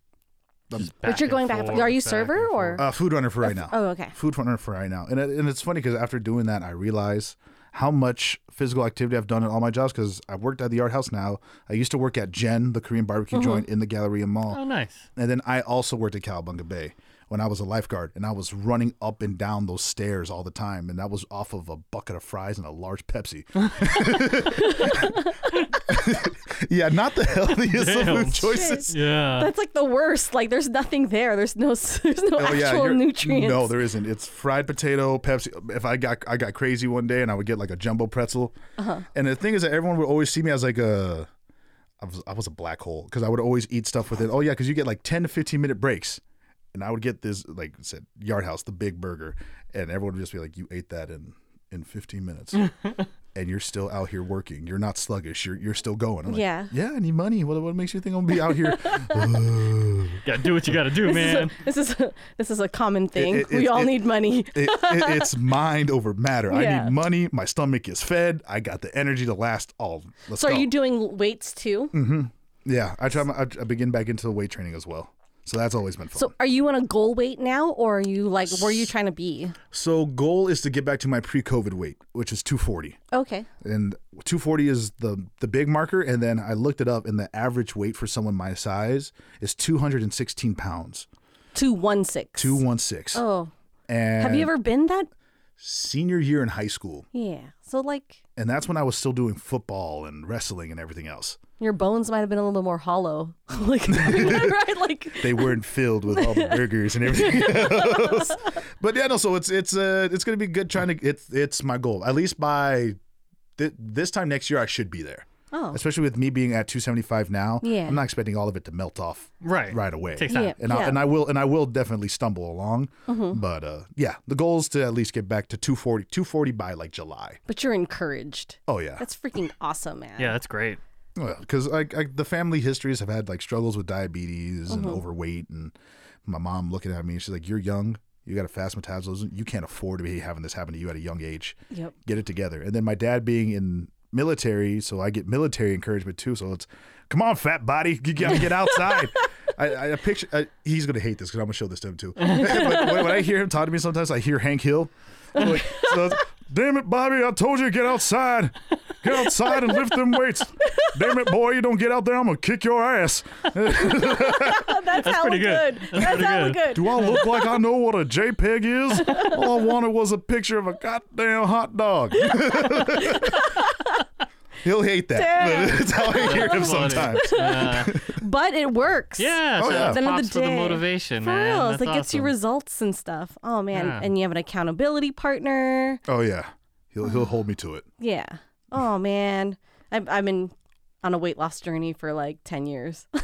A: but you're going back. and forth. Are you server or?
C: uh, food runner for right now.
A: oh, okay.
C: food runner for right now. And it, and it's funny because after doing that, I realize how much physical activity I've done in all my jobs. Because I worked at the Yard House now. I used to work at Jen, the Korean barbecue joint in the Galleria Mall,
D: Oh, nice.
C: and then I also worked at Calabunga Bay when I was a lifeguard, and I was running up and down those stairs all the time, and that was off of a bucket of fries and a large Pepsi. yeah, not the healthiest of
D: Damn.
C: food choices.
D: Yeah.
A: That's like the worst. Like there's nothing there. There's no s- there's no
C: Oh,
A: actual
C: yeah, you're-
A: nutrients.
C: No, there isn't. It's fried potato, Pepsi. If I got I got crazy one day and I would get like a jumbo pretzel,
A: Uh-huh.
C: and the thing is that everyone would always see me as like a, I was I was a black hole because I would always eat stuff with it. Oh yeah, because you get like ten to fifteen minute breaks, and I would get this like I said Yard House the big burger, and everyone would just be like, you ate that in in fifteen minutes. And you're still out here working. You're not sluggish. You're, you're still going. I'm like,
A: Yeah.
C: Yeah, I need money. What, what makes you think I'm going to be out here
D: Gotta do what you gotta do,
A: This is,
D: man.
A: a, this is a this is a common thing.
C: it-
A: we
C: it-
A: all
C: it-
A: need money.
C: it, it, it's mind over matter. I
A: Yeah.
C: need money. My stomach is fed. I got the energy to last all. Let's
A: So are
C: go.
A: you doing weights too?
C: Mm. yeah, I try. My, I, I begin back into weight training as well. So that's always been fun.
A: So are you on a goal weight now, or are you like where are you trying to be?
C: so goal is to get back to my pre-COVID weight, which is 240.
A: Okay.
C: and 240 is the the big marker and then i looked it up and the average weight for someone my size is 216 pounds
A: Two one six.
C: 216
A: Oh.
C: and
A: Have you ever been that?
C: senior year in high school
A: Yeah. So like
C: and that's when i was still doing football and wrestling and everything else
A: your bones might have been a little more hollow. like right? Like
C: they weren't filled with all the burgers and everything else. But yeah, no. So it's it's uh it's gonna be good trying to it's it's my goal at least by th- this time next year I should be there.
A: Oh.
C: Especially with me being at 275 now,
A: Yeah.
C: I'm not expecting all of it to melt off
D: Right.
C: right away.
D: Takes
A: yeah.
D: time.
C: And I
A: yeah. Mm-hmm.
C: and I will and I will definitely stumble along, but uh, yeah, the goal is to at least get back to 240 240 by like July.
A: but you're encouraged.
C: Oh yeah,
A: That's freaking awesome, man.
D: Yeah, that's great.
C: because I, I, the family histories have had like struggles with diabetes and overweight, and my mom looking at me, she's like, "You're young, you got a fast metabolism, you can't afford to be having this happen to you at a young age.
A: Yep.
C: Get it together." And then my dad being in military, so I get military encouragement too. So it's, "Come on, fat body, you gotta get outside." I, I picture I, he's gonna hate this because I'm gonna show this to him too. but when, when I hear him talk to me, sometimes I hear Hank Hill. I'm like, so it's, Damn it, Bobby! I told you to get outside. Get outside and lift them weights. Damn it, boy! You don't get out there, I'm gonna kick your ass.
A: That's, hella
D: pretty good.
A: good.
D: That's
A: That's,
D: pretty
A: hella
D: good.
A: good.
C: Do I look like I know what a JPEG is? All I wanted was a picture of a goddamn hot dog. He'll hate that.
A: Damn.
C: But it's how I hear him
D: That's funny.
C: sometimes.
D: Yeah.
A: But it works.
D: Uh, Yeah,
C: Oh,
D: so
C: yeah.
D: it
A: At the end of the
D: pops for the
A: day.
D: motivation,
A: For
D: man.
A: real,
D: That's
A: it gets you
D: awesome.
A: results and stuff. Oh man,
D: Yeah.
A: and you have an accountability partner.
C: Oh yeah, he'll he'll hold me to it.
A: Yeah. Oh man, I've I've been on a weight loss journey for like ten years.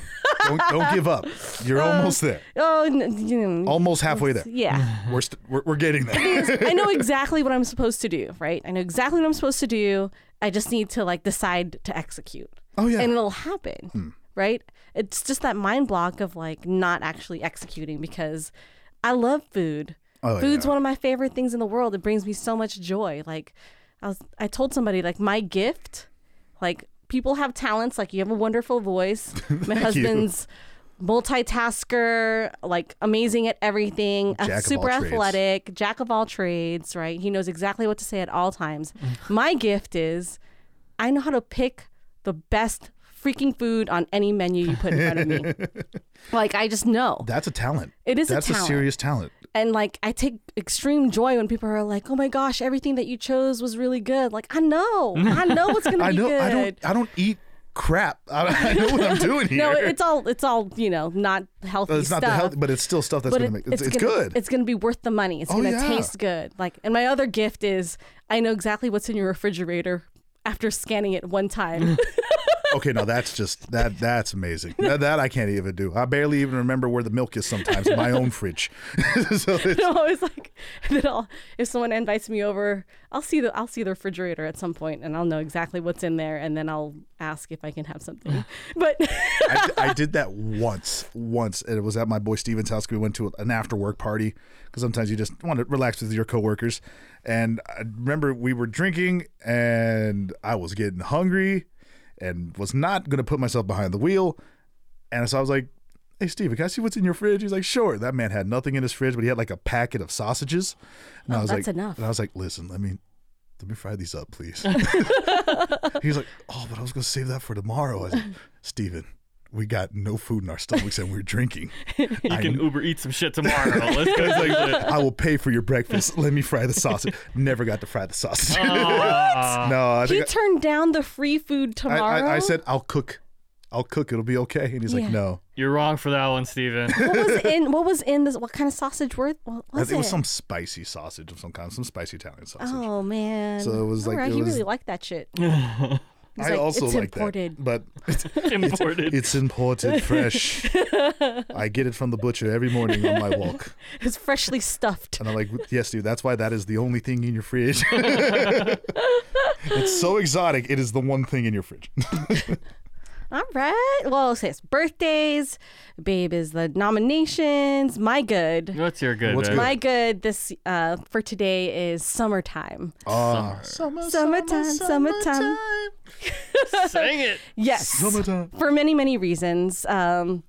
C: Don't, don't give up. You're almost there.
A: oh, n- you know,
C: Almost halfway there.
A: yeah.
C: We're st- we're, we're getting there.
A: I know exactly what I'm supposed to do. Right. I know exactly what I'm supposed to do. I just need to like decide to execute,
C: Oh
A: and
C: yeah. Hmm.
A: it'll happen. Right. It's just that mind block of like not actually executing because I love food.
C: Oh,
A: Food's
C: yeah.
A: one of my favorite things in the world. It brings me so much joy. Like I was I told somebody like my gift, like people have talents, like you have a wonderful voice. My husband's multitasker, like amazing at everything, a
C: Jack of all
A: super
C: trades.
A: athletic, jack of all trades, right? He knows exactly what to say at all times. my gift is I know how to pick the best freaking food on any menu you put in front of me. like I just know.
C: That's a talent.
A: It is a
C: That's
A: talent.
C: a serious talent.
A: And like I take extreme joy when people are like, "Oh my gosh, everything that you chose was really good." Like I know, I know what's gonna
C: I
A: be
C: know.
A: good.
C: I don't. I don't eat crap. I, I know what I'm doing here.
A: no, it's all it's all you know, not healthy
C: Uh, it's
A: stuff.
C: not the healthy, but it's still stuff that's
A: but
C: gonna
A: it-
C: make it's, it's,
A: gonna,
C: good.
A: It's gonna be worth the money. It's
C: Oh,
A: gonna
C: yeah.
A: taste good. Like, and my other gift is I know exactly what's in your refrigerator after scanning it one time.
C: Okay, no, that's just that. That's amazing. That, that I can't even do. I barely even remember where the milk is sometimes in my own fridge. so it's,
A: I'm always like, and then I'll, if someone invites me over, I'll see the I'll see the refrigerator at some point, and I'll know exactly what's in there, and then I'll ask if I can have something. But
C: I, I did that once, once, and it was at my boy Steven's house. We went to an after work party because sometimes you just want to relax with your coworkers. And I remember we were drinking, and I was getting hungry, and was not going to put myself behind the wheel. And so I was like, hey, Steven, can I see what's in your fridge? He's like, sure. That man had nothing in his fridge, but he had like a packet of sausages. And I was
A: Oh, that's
C: like,
A: enough.
C: And I was like, listen, let me. Let me fry these up, please. he was like, "Oh, but I was gonna save that for tomorrow." I was like, "Steven, we got no food in our stomachs and we're drinking.
D: You can Uber eat some shit tomorrow. Let's go.
C: It's like, I will pay for your breakfast. Let me fry the sausage. Never got to fry the sausage.
D: Aw.
C: no, I
A: he
C: think
A: turned down the free food
C: I,
A: tomorrow.
C: I, I said I'll cook. I'll cook. It'll be okay. And he's
A: Yeah.
C: like, "No."
D: You're wrong for that one, Steven.
A: what was in what was in this? What kind of sausage were? What
C: I
A: was it?
C: think it was some spicy sausage of some kind, some spicy Italian sausage.
A: Oh man!
C: So it was like-
A: All right,
C: it
A: he
C: was-
A: really liked that shit. He's
C: I
A: like,
C: also
A: it's
C: like
A: imported.
C: that, but
D: Imported.
C: it's imported fresh. I get it from the butcher every morning on my walk,
A: It's freshly stuffed.
C: and I'm like, "Yes, dude. That's why that is the only thing in your fridge." it's so exotic. It is the one thing in your fridge.
A: All right. Well, it says birthdays. Babe is the nominations. My good.
D: What's your good?
C: What's
D: babe?
C: good?
A: My good this uh, for today is summertime.
C: Ah,
A: Summertime, summertime.
D: Sing it.
A: Yes.
C: Summertime.
A: For many, many reasons. Um,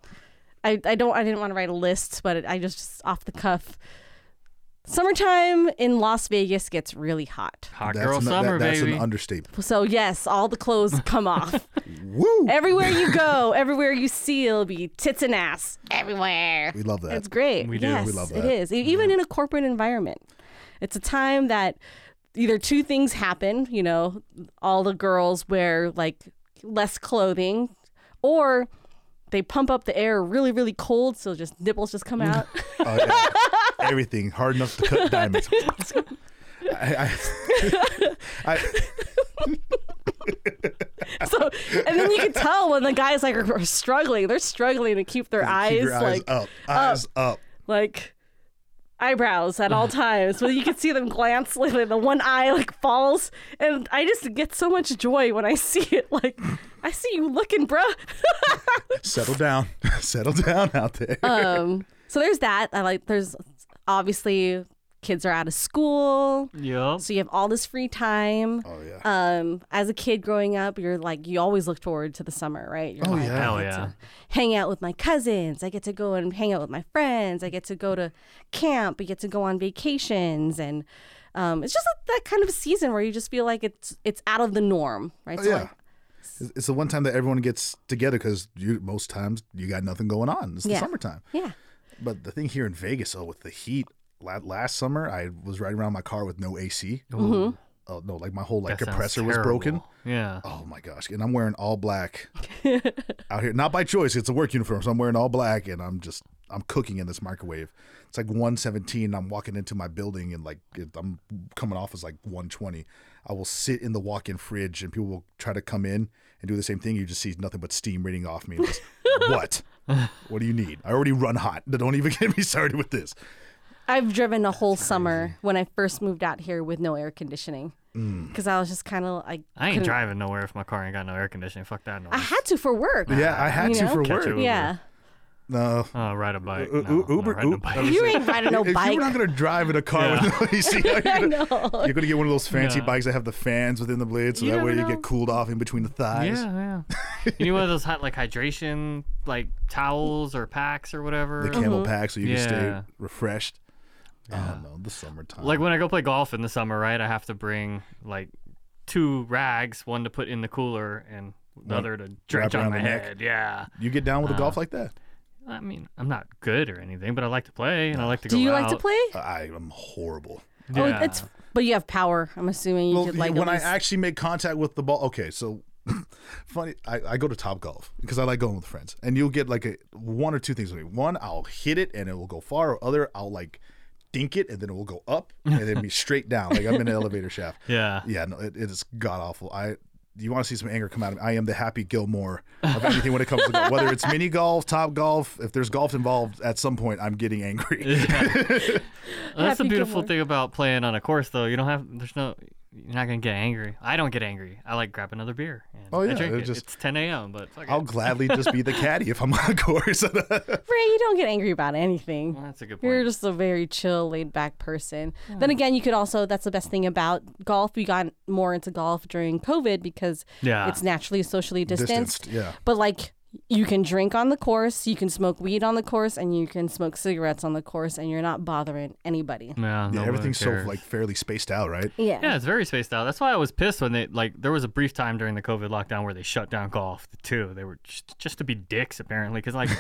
A: I, I don't I didn't want to write a list, but I just, just off the cuff. Summertime in Las Vegas gets really hot.
D: Hot
C: That's
D: girl
C: an- that-
D: summer,
C: that's
D: baby.
C: an understatement.
A: So yes, all the clothes come off.
C: Woo!
A: everywhere you go, everywhere you see, it'll be tits and ass everywhere.
C: we love that.
A: It's great.
D: We do. We
A: Yes,
C: love
A: It
C: that. Mm-hmm.
A: is. E- Even in a corporate environment, it's a time that either two things happen. You know, all the girls wear like less clothing, or they pump up the air really, really cold, so just nipples just come out.
C: Oh, yeah. Everything hard enough to cut diamonds. I, I, I,
A: so, and then you can tell when the guys like are, are struggling. They're struggling to keep their eyes,
C: keep your eyes
A: like
C: up, eyes up.
A: like eyebrows at all times but you can see them glance like the one eye like falls and i just get so much joy when i see it like i see you looking bruh
C: Settle down, settle down out there.
A: um so there's that i like there's obviously kids are out of school
D: Yup.
A: so you have all this free time
C: oh yeah.
A: um as a kid growing up you're like you always look forward to the summer right You're
C: Oh,
A: like,
C: yeah.
A: I
D: Hell
A: get
D: yeah.
A: to hang out with my cousins i get to go and hang out with my friends i get to go to camp i get to go on vacations and um it's just like that kind of season where you just feel like it's it's out of the norm right
C: Oh,
A: so
C: yeah.
A: like,
C: It's- It's the one time that everyone gets together because you most times you got nothing going on. It's the
A: Yeah.
C: summertime.
A: yeah
C: But the thing here in Vegas, oh, with the heat. la- Last summer, I was riding around in my car with no AC.
A: Mm-hmm.
C: Oh no, like my whole like
D: That sounds
C: compressor was
D: terrible.
C: broken.
D: Yeah.
C: Oh my gosh! And I'm wearing all black out here, not by choice. It's a work uniform, so I'm wearing all black, and I'm just I'm cooking in this microwave. It's like 117. I'm walking into my building, and like it, I'm coming off as like 120. I will sit in the walk-in fridge, and people will try to come in and do the same thing. You just see nothing but steam raining off me. Just, what? What do you need? I already run hot. Don't even get me started with this.
A: i've driven a whole summer when i first moved out here with no air conditioning
C: Mm.
A: because i was just kind of like
D: I ain't
A: couldn't-
D: driving nowhere if my car ain't got no air conditioning. Fuck that noise.
A: i had to for work
C: Yeah, I had
A: You
C: to
A: know?
C: for
D: Catch
C: work.
D: you.
A: yeah
C: No.
A: Ah.
D: Oh, ride a bike.
C: U-
D: No,
C: u-
D: I'm not
C: Uber-
D: riding a
C: u-
D: bike.
C: I was
A: you ain't riding no
C: if
A: bike
C: you're not gonna drive in a car with no AC, how you
A: i
C: gonna-
A: know
C: You're gonna get one of those fancy
D: Yeah.
C: bikes that have the fans within the blade, so
D: You
C: that
D: never
C: way you
D: know.
C: get cooled off in between the thighs.
D: Yeah, yeah. you need one of those hot, like hydration like towels or packs or whatever.
C: The camel pack, so you can stay
D: Uh-huh. Yeah.
C: refreshed. Oh no, the summertime.
D: like when I go play golf in the summer, right? I have to bring like two rags, one to put in the cooler and the other to drench
C: around
D: on my
C: the neck.
D: head. Yeah.
C: you get down with the golf like that,
D: I mean, I'm not good or anything, but I like to play and I like to go
A: do you
D: out.
A: like to play
C: I am horrible.
A: Oh,
D: Yeah.
A: it's but you have power. I'm assuming you
C: Well,
A: could
C: you-
A: like at
C: when I
A: least-
C: actually make contact with the ball, okay, so funny. I, I go to Top Golf because I like going with friends, and you'll get like a one or two things with me. One, I'll hit it and it will go far, or other, I'll like dink it and then it will go up and then be straight down, like I'm in an elevator shaft.
D: Yeah.
C: Yeah, no, it, it is god awful. I you want to see some anger come out of me. I am the happy Gilmore of anything when it comes to golf. Whether it's mini golf, top golf, if there's golf involved, at some point I'm getting angry.
D: That's the
A: Happy
D: beautiful
A: Gilmore.
D: thing about playing on a course, though. You don't have there's no you're not gonna get angry. I don't get angry. I like grab another beer. And
C: Oh,
D: I
C: yeah,
D: drink
C: it
D: it.
C: just-
D: It's 10 a.m. But fuck it.
C: I'll gladly just be the caddy if I'm on a course.
A: Ray, you don't get angry about anything.
D: Well, that's a good point.
A: You're just a very chill, laid back person. Then again, you could also, that's the best thing about golf. We got more into golf during COVID because
D: Yeah.
A: it's naturally socially distanced.
C: Distanced, yeah.
A: But like, you can drink on the course, you can smoke weed on the course, and you can smoke cigarettes on the course, and you're not bothering anybody.
D: yeah, no
C: yeah,
D: one
C: everything's so
D: cares.
C: like fairly spaced out, right?
A: Yeah.
D: Yeah, it's very spaced out. That's why I was pissed when they like there was a brief time during the COVID lockdown where they shut down golf too. They were just, just to be dicks apparently because like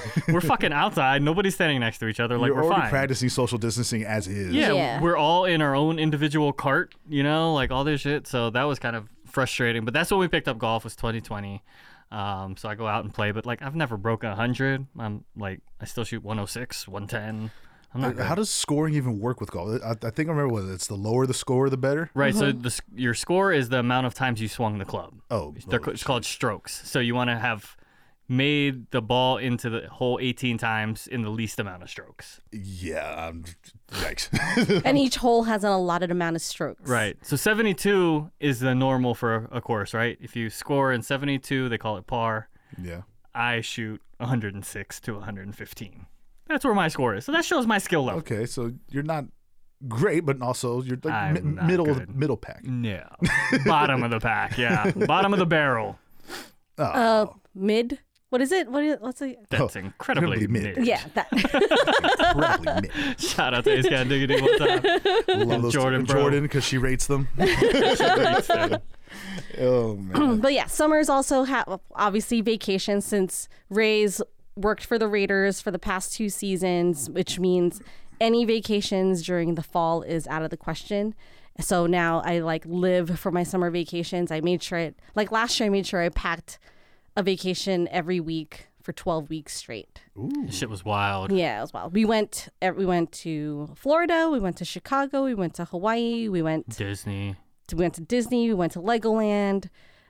D: we're fucking outside, nobody's standing next to each other. Like
C: You're
D: we're
C: already
D: fine.
C: practicing social distancing as is.
D: Yeah,
A: Yeah.
D: we're all in our own individual cart, you know, like all this shit. So that was kind of frustrating. But that's when we picked up golf was 2020. Um, so I go out and play, but like I've never broken 100. I'm like I still shoot 106, 110. I'm not
C: How does scoring even work with golf? I, I think I remember what it's the lower the score, the better.
D: Right, so the, s- your score is the amount of times you swung the club.
C: Oh,
D: They're, ca- it's called strokes. So you want to have made the ball into the hole 18 times in the least amount of strokes.
C: Yeah, I'm, yikes.
A: And each hole has an allotted amount of strokes.
D: Right. So 72 is the normal for a, a course, right? If you score in 72, they call it par.
C: yeah.
D: I shoot 106 to 115. That's where my score is. So that shows my skill level.
C: Okay, so you're not great, but also you're like
D: I'm
C: mi-
D: not
C: middle
D: good.
C: middle pack.
D: Yeah. Bottom of the pack. Yeah. Bottom of the barrel.
A: Uh, mid. What is it? What is what's it?
D: That's
C: Oh,
D: incredibly
C: incredibly
D: mid.
C: mid.
A: Yeah, that.
C: Incredibly mid.
D: Shout out to Ace Cat Diggity one time.
C: Love those
D: Jordan, bro.
C: Jordan, because she rates them. oh man.
A: but yeah, summers also have obviously vacation since Ray's worked for the Raiders for the past two seasons, which means any vacations during the fall is out of the question. So now I like live for my summer vacations. I made sure it like last year I made sure I packed a vacation every week for 12 weeks straight.
D: Shit was wild.
A: Yeah, as well. We went eh, we went to Florida, we went to Chicago, we went to Hawaii, we went
D: Disney.
A: we went to Disney, we went to Legoland.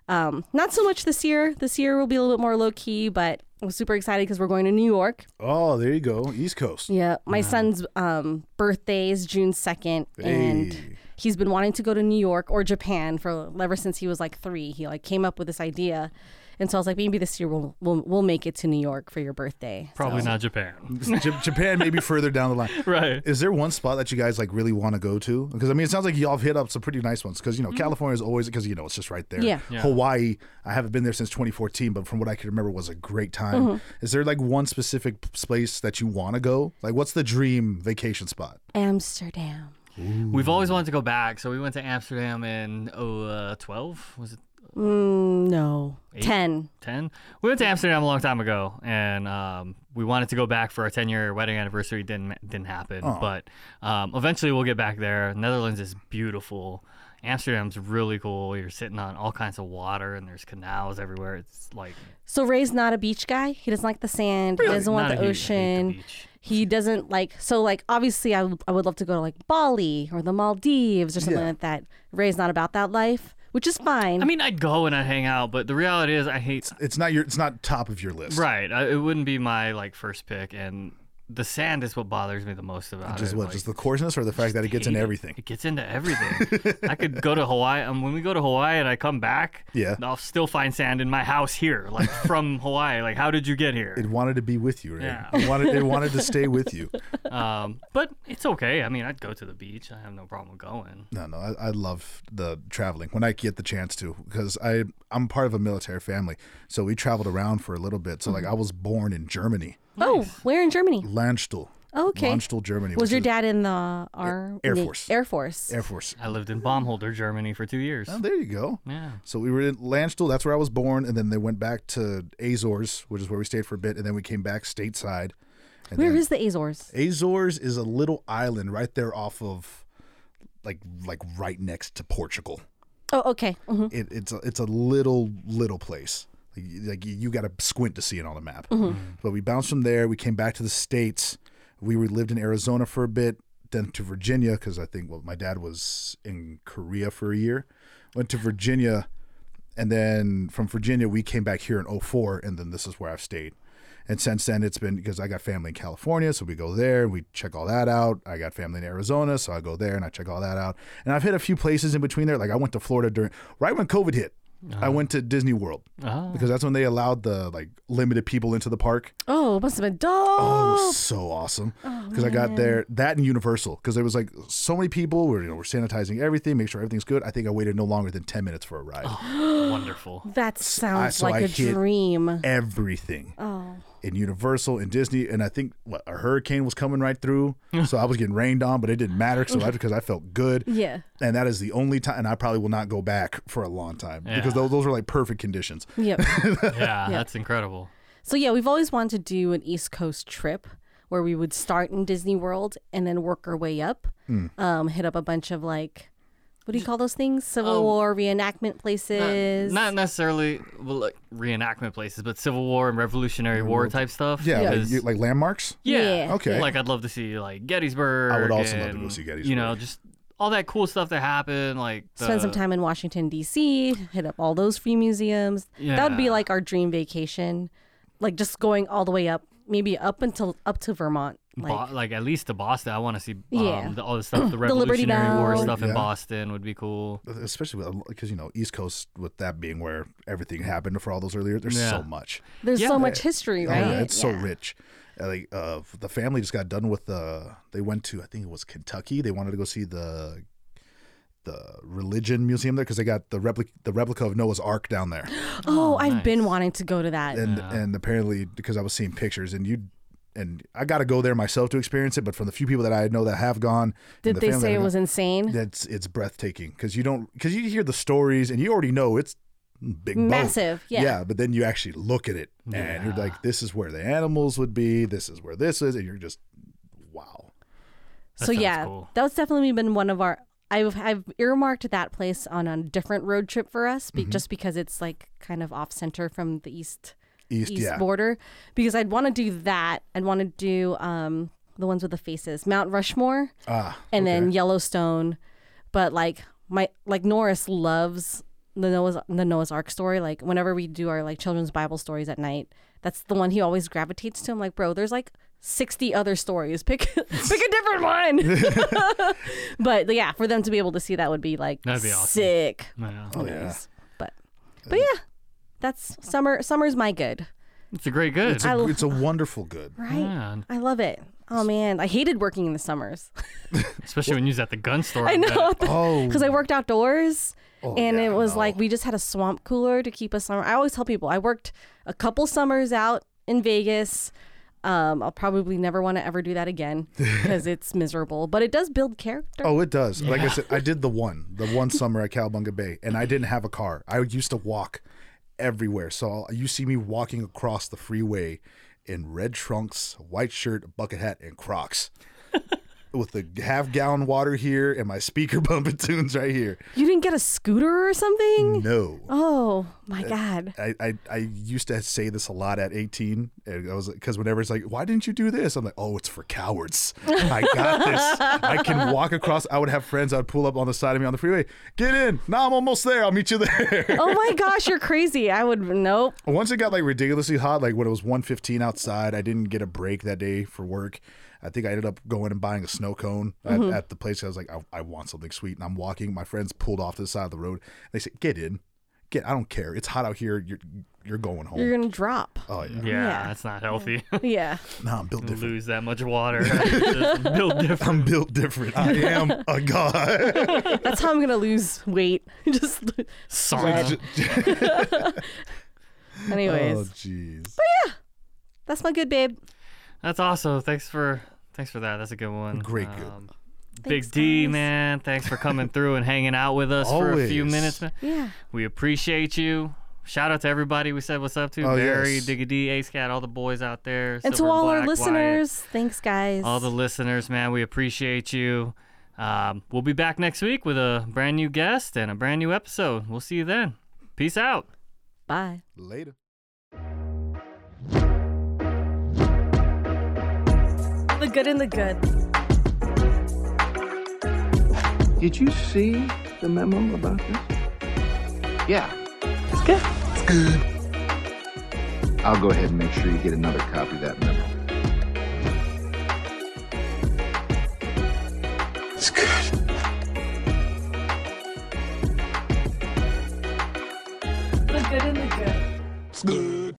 A: Um, not so much this year. This year will be a little bit more low key, but I'm super excited because we're going to New York.
C: Oh, there you go. East Coast.
A: Yeah, my son's um, birthday is June 2nd,
C: Hey.
A: and he's been wanting to go to New York or Japan for ever since he was like three. He like came up with this idea, and so I was like, maybe this year we'll we'll, we'll make it to New York for your birthday.
D: Probably not Japan.
C: J- Japan maybe further down the line.
D: Right.
C: Is there one spot that you guys like really want to go to? Because I mean, it sounds like y'all have hit up some pretty nice ones. Because you know, California is always because you know it's just right there.
A: Yeah.
D: Yeah.
C: Hawaii, I haven't been there since 2014, but from what I can remember, was a great time. Is there like one specific p- place that you want to go? Like, what's the dream vacation spot?
A: Amsterdam.
D: We've always wanted to go back. So we went to Amsterdam in oh, uh, 12. Was it
A: Mm, no, ten.
D: 10 we went to amsterdam a long time ago and um, we wanted to go back for our 10 year wedding anniversary didn't didn't happen but um, eventually we'll get back there netherlands is beautiful amsterdam's really cool you're sitting on all kinds of water and there's canals everywhere it's like
A: So Ray's not a beach guy. He doesn't like the sand. He doesn't want
D: not
A: the
D: a huge- I hate the
A: ocean.
D: beach.
A: he doesn't like so like obviously I would- I would love to go to like bali or the maldives or something
C: Yeah.
A: like that ray's not about that life which is fine
D: i mean i'd go and i'd hang out but the reality is i hate
C: It's not your. It's not top of your list.
D: right I, it wouldn't be my like first pick and the sand is what bothers me the most about
C: Just
D: it
C: what?
D: like-
C: just the coarseness or the fact that it gets in
D: hate it.
C: everything.
D: It. gets into everything. I could go to Hawaii, and when we go to Hawaii, and I come back,
C: Yeah.
D: I'll still find sand in my house here, like from Hawaii. Like, how did you get here?
C: It wanted to be with you, right?
D: Yeah.
C: It wanted it wanted to stay with you.
D: Um, but it's okay. I mean, I'd go to the beach. I have no problem going.
C: No, no, I, I love the traveling when I get the chance to because I I'm part of a military family, so we traveled around for a little bit. So
A: Hmm.
C: like I was born in Germany,
A: oh where in germany
C: Landstuhl.
A: Okay.
C: Landstuhl, Germany.
A: was
C: which
A: your
C: is
A: dad in the Ar-
C: Air
A: in the
C: Force.
A: air force
C: Air Force?
D: I lived in Baumholder, Germany, for two years.
C: Oh, there you go.
D: Yeah.
C: So we were in Landstuhl. That's where I was born, and then they went back to Azores, which is where we stayed for a bit, and then we came back stateside. And
A: where
C: then-
A: is the azores
C: Azores is a little island right there off of, like like right next to Portugal.
A: oh okay Mhm.
C: it, it's a, it's a little little place. Like, you- like you, you got to squint to see it on the map. But we bounced from there. We came back to the states. We were, lived in Arizona for a bit, then to Virginia because I think well my dad was in Korea for a year. Went to Virginia, and then from Virginia we came back here in 04 and then this is where I've stayed. And since then it's been because I got family in California, so we go there, we check all that out. I got family in Arizona, so I go there and I check all that out. And I've hit a few places in between there. Like I went to Florida during right when COVID hit. I went to Disney World because that's when they allowed the like limited people into the park.
A: Oh, it must have been dope.
C: Oh, it was so awesome! Because I got there that and Universal because there was like so many people. We're you know we're sanitizing everything, make sure everything's good. I think I waited no longer than ten minutes for a ride.
D: Wonderful.
A: that sounds
C: so
A: like
C: I
A: a
C: hit-
A: dream.
C: Everything in Universal and Disney, and I think what, a hurricane was coming right through, so I was getting rained on, but it didn't matter. So because I felt good,
A: Yeah.
C: And that is the only time, and I probably will not go back for a long time because those, those are like perfect conditions.
A: Yep.
D: Yeah, that's incredible.
A: So yeah, we've always wanted to do an East Coast trip where we would start in Disney World and then work our way up,
C: Hmm.
A: um, hit up a bunch of like, what do you call those things? Civil
D: Oh.
A: War reenactment places.
D: Not necessarily well, like reenactment places, but Civil War and Revolutionary War type stuff.
C: Yeah, Like,
D: 'cause-
C: you- like landmarks.
D: yeah.
A: Yeah.
C: Okay.
D: Like I'd love to see like Gettysburg.
C: I would also love to go
D: and,
C: see
D: You
C: Gettysburg.
D: know, just all that cool stuff that happened. Like the,
A: Spend some time in Washington D.C. Hit up all those free museums. That would be
D: Yeah.
A: like our dream vacation, like just going all the way up, maybe up until up to Vermont.
D: Bo-
A: Like,
D: Like, at least to Boston, I want to see um,
A: Yeah.
D: the, all the stuff, the
A: The Liberty
D: Revolutionary War
A: Bell.
D: stuff in
C: Yeah.
D: Boston would be cool.
C: especially because you know East Coast with that being where everything happened for all those earlier. There's
D: Yeah.
C: so much.
A: there's
D: Yeah.
A: so much history,
C: Oh,
A: right?
C: yeah, it's so
A: Yeah.
C: rich. Uh, Like uh, the family just got done with the. They went to I think it was Kentucky. They wanted to go see the the religion museum there because they got the replica the replica of Noah's Ark down there.
A: Oh, I've been
D: nice.
A: wanting to go to that.
C: and and apparently because I was seeing pictures and you and I got to go there myself to experience it. But from the few people that I know that have gone, and
A: Did
C: the
A: they
C: family
A: say
C: that
A: it
C: have
A: was
C: gone,
A: insane?
C: That's it's breathtaking because you don't because you hear the stories and you already know it's big boat.
A: Massive, yeah.
C: but then you actually look at it and you're like, this is where the animals would be. This is where this is, and you're just wow.
D: That
A: so
D: sounds
A: yeah,
D: cool.
A: that's definitely been one of our. I've I've earmarked that place on a different road trip for us, be,
D: Mm-hmm.
A: just because it's like kind of off center from the east
C: East, yeah.
A: border. Because I'd want to do that. I'd want to do um the ones with the faces, Mount Rushmore,
C: Ah,
A: and
C: okay.
A: then Yellowstone. But like my like Norris loves the Noah's the Noah's Ark story. Like whenever we do our like children's Bible stories at night, that's the one he always gravitates to. I'm like, bro, there's like sixty other stories. Pick pick a different one. but yeah, for them to be able to see that would be like
D: That'd be awesome.
A: sick.
D: Yeah.
C: Oh yeah,
A: But but yeah, that's summer. Summer's my good.
D: It's a great good.
C: it's a,
A: I l-
C: it's a wonderful good.
A: Right.
D: Man.
A: I love it. Oh man, I hated working in the summers.
D: Especially when you was at the gun store.
A: I
D: and that-
A: know.
C: Oh,
A: because I worked outdoors. and
C: yeah,
A: it was
C: no.
A: like we just had a swamp cooler to keep us summer. I always tell people I worked a couple summers out in Vegas. Um, I'll probably never want to ever do that again because it's miserable, but it does build character.
C: Oh, it does. Like I said, I did the one, the one summer at Calabunga Bay, and I didn't have a car. I used to walk everywhere. So you see me walking across the freeway in red trunks, white shirt, bucket hat, and Crocs. With a half gallon water here and my speaker bumping tunes right here.
A: You didn't get a scooter or something?
C: No.
A: Oh my god.
C: I, I, I used to say this a lot at 18. And I was because whenever it's like, why didn't you do this? I'm like, oh, it's for cowards. I got this. I can walk across. I would have friends. I'd pull up on the side of me on the freeway. Get in. Now I'm almost there. I'll meet you there.
A: Oh my gosh, you're crazy. I would nope.
C: Once it got like ridiculously hot, like when it was 115 outside, I didn't get a break that day for work. I think I ended up going and buying a snow cone at,
A: Mm-hmm.
C: at the place. I was like, I, I want something sweet. And I'm walking. My friends pulled off to the side of the road. They said, get in. Get, I don't care. It's hot out here. You're, you're going home.
A: You're gonna drop.
C: oh, yeah.
D: yeah,
A: Yeah.
D: that's not healthy.
A: Yeah.
C: No, I'm built different.
D: Lose that much water. Just Build different.
C: I'm built different. I am a god.
A: That's how I'm gonna lose weight. just
C: Oh.
D: Sauna.
A: anyways.
C: Oh, jeez.
A: That's my good babe.
D: That's awesome. Thanks for thanks for that. That's a good one. Um,
C: Great good.
D: Big
A: Thanks,
D: D,
A: guys.
D: man, thanks for coming through and hanging out with us for a few
C: Always.
D: minutes, man.
A: Yeah.
D: We appreciate you. Shout out to everybody we said what's up to.
C: Oh,
D: Barry,
C: yes.
D: Digga D, Ace Cat, all the boys out there.
A: And to
D: Silver
A: all our
D: Black, Wyatt,
A: listeners, thanks guys.
D: all the listeners, man, we appreciate you. Um, we'll be back next week with a brand new guest and a brand new episode. We'll see you then. Peace out.
A: Bye.
C: Later.
A: The good and the good.
B: Did you see the memo about this? Yeah.
A: good.
B: I'll go ahead and make sure you get another copy of that memo. It's good.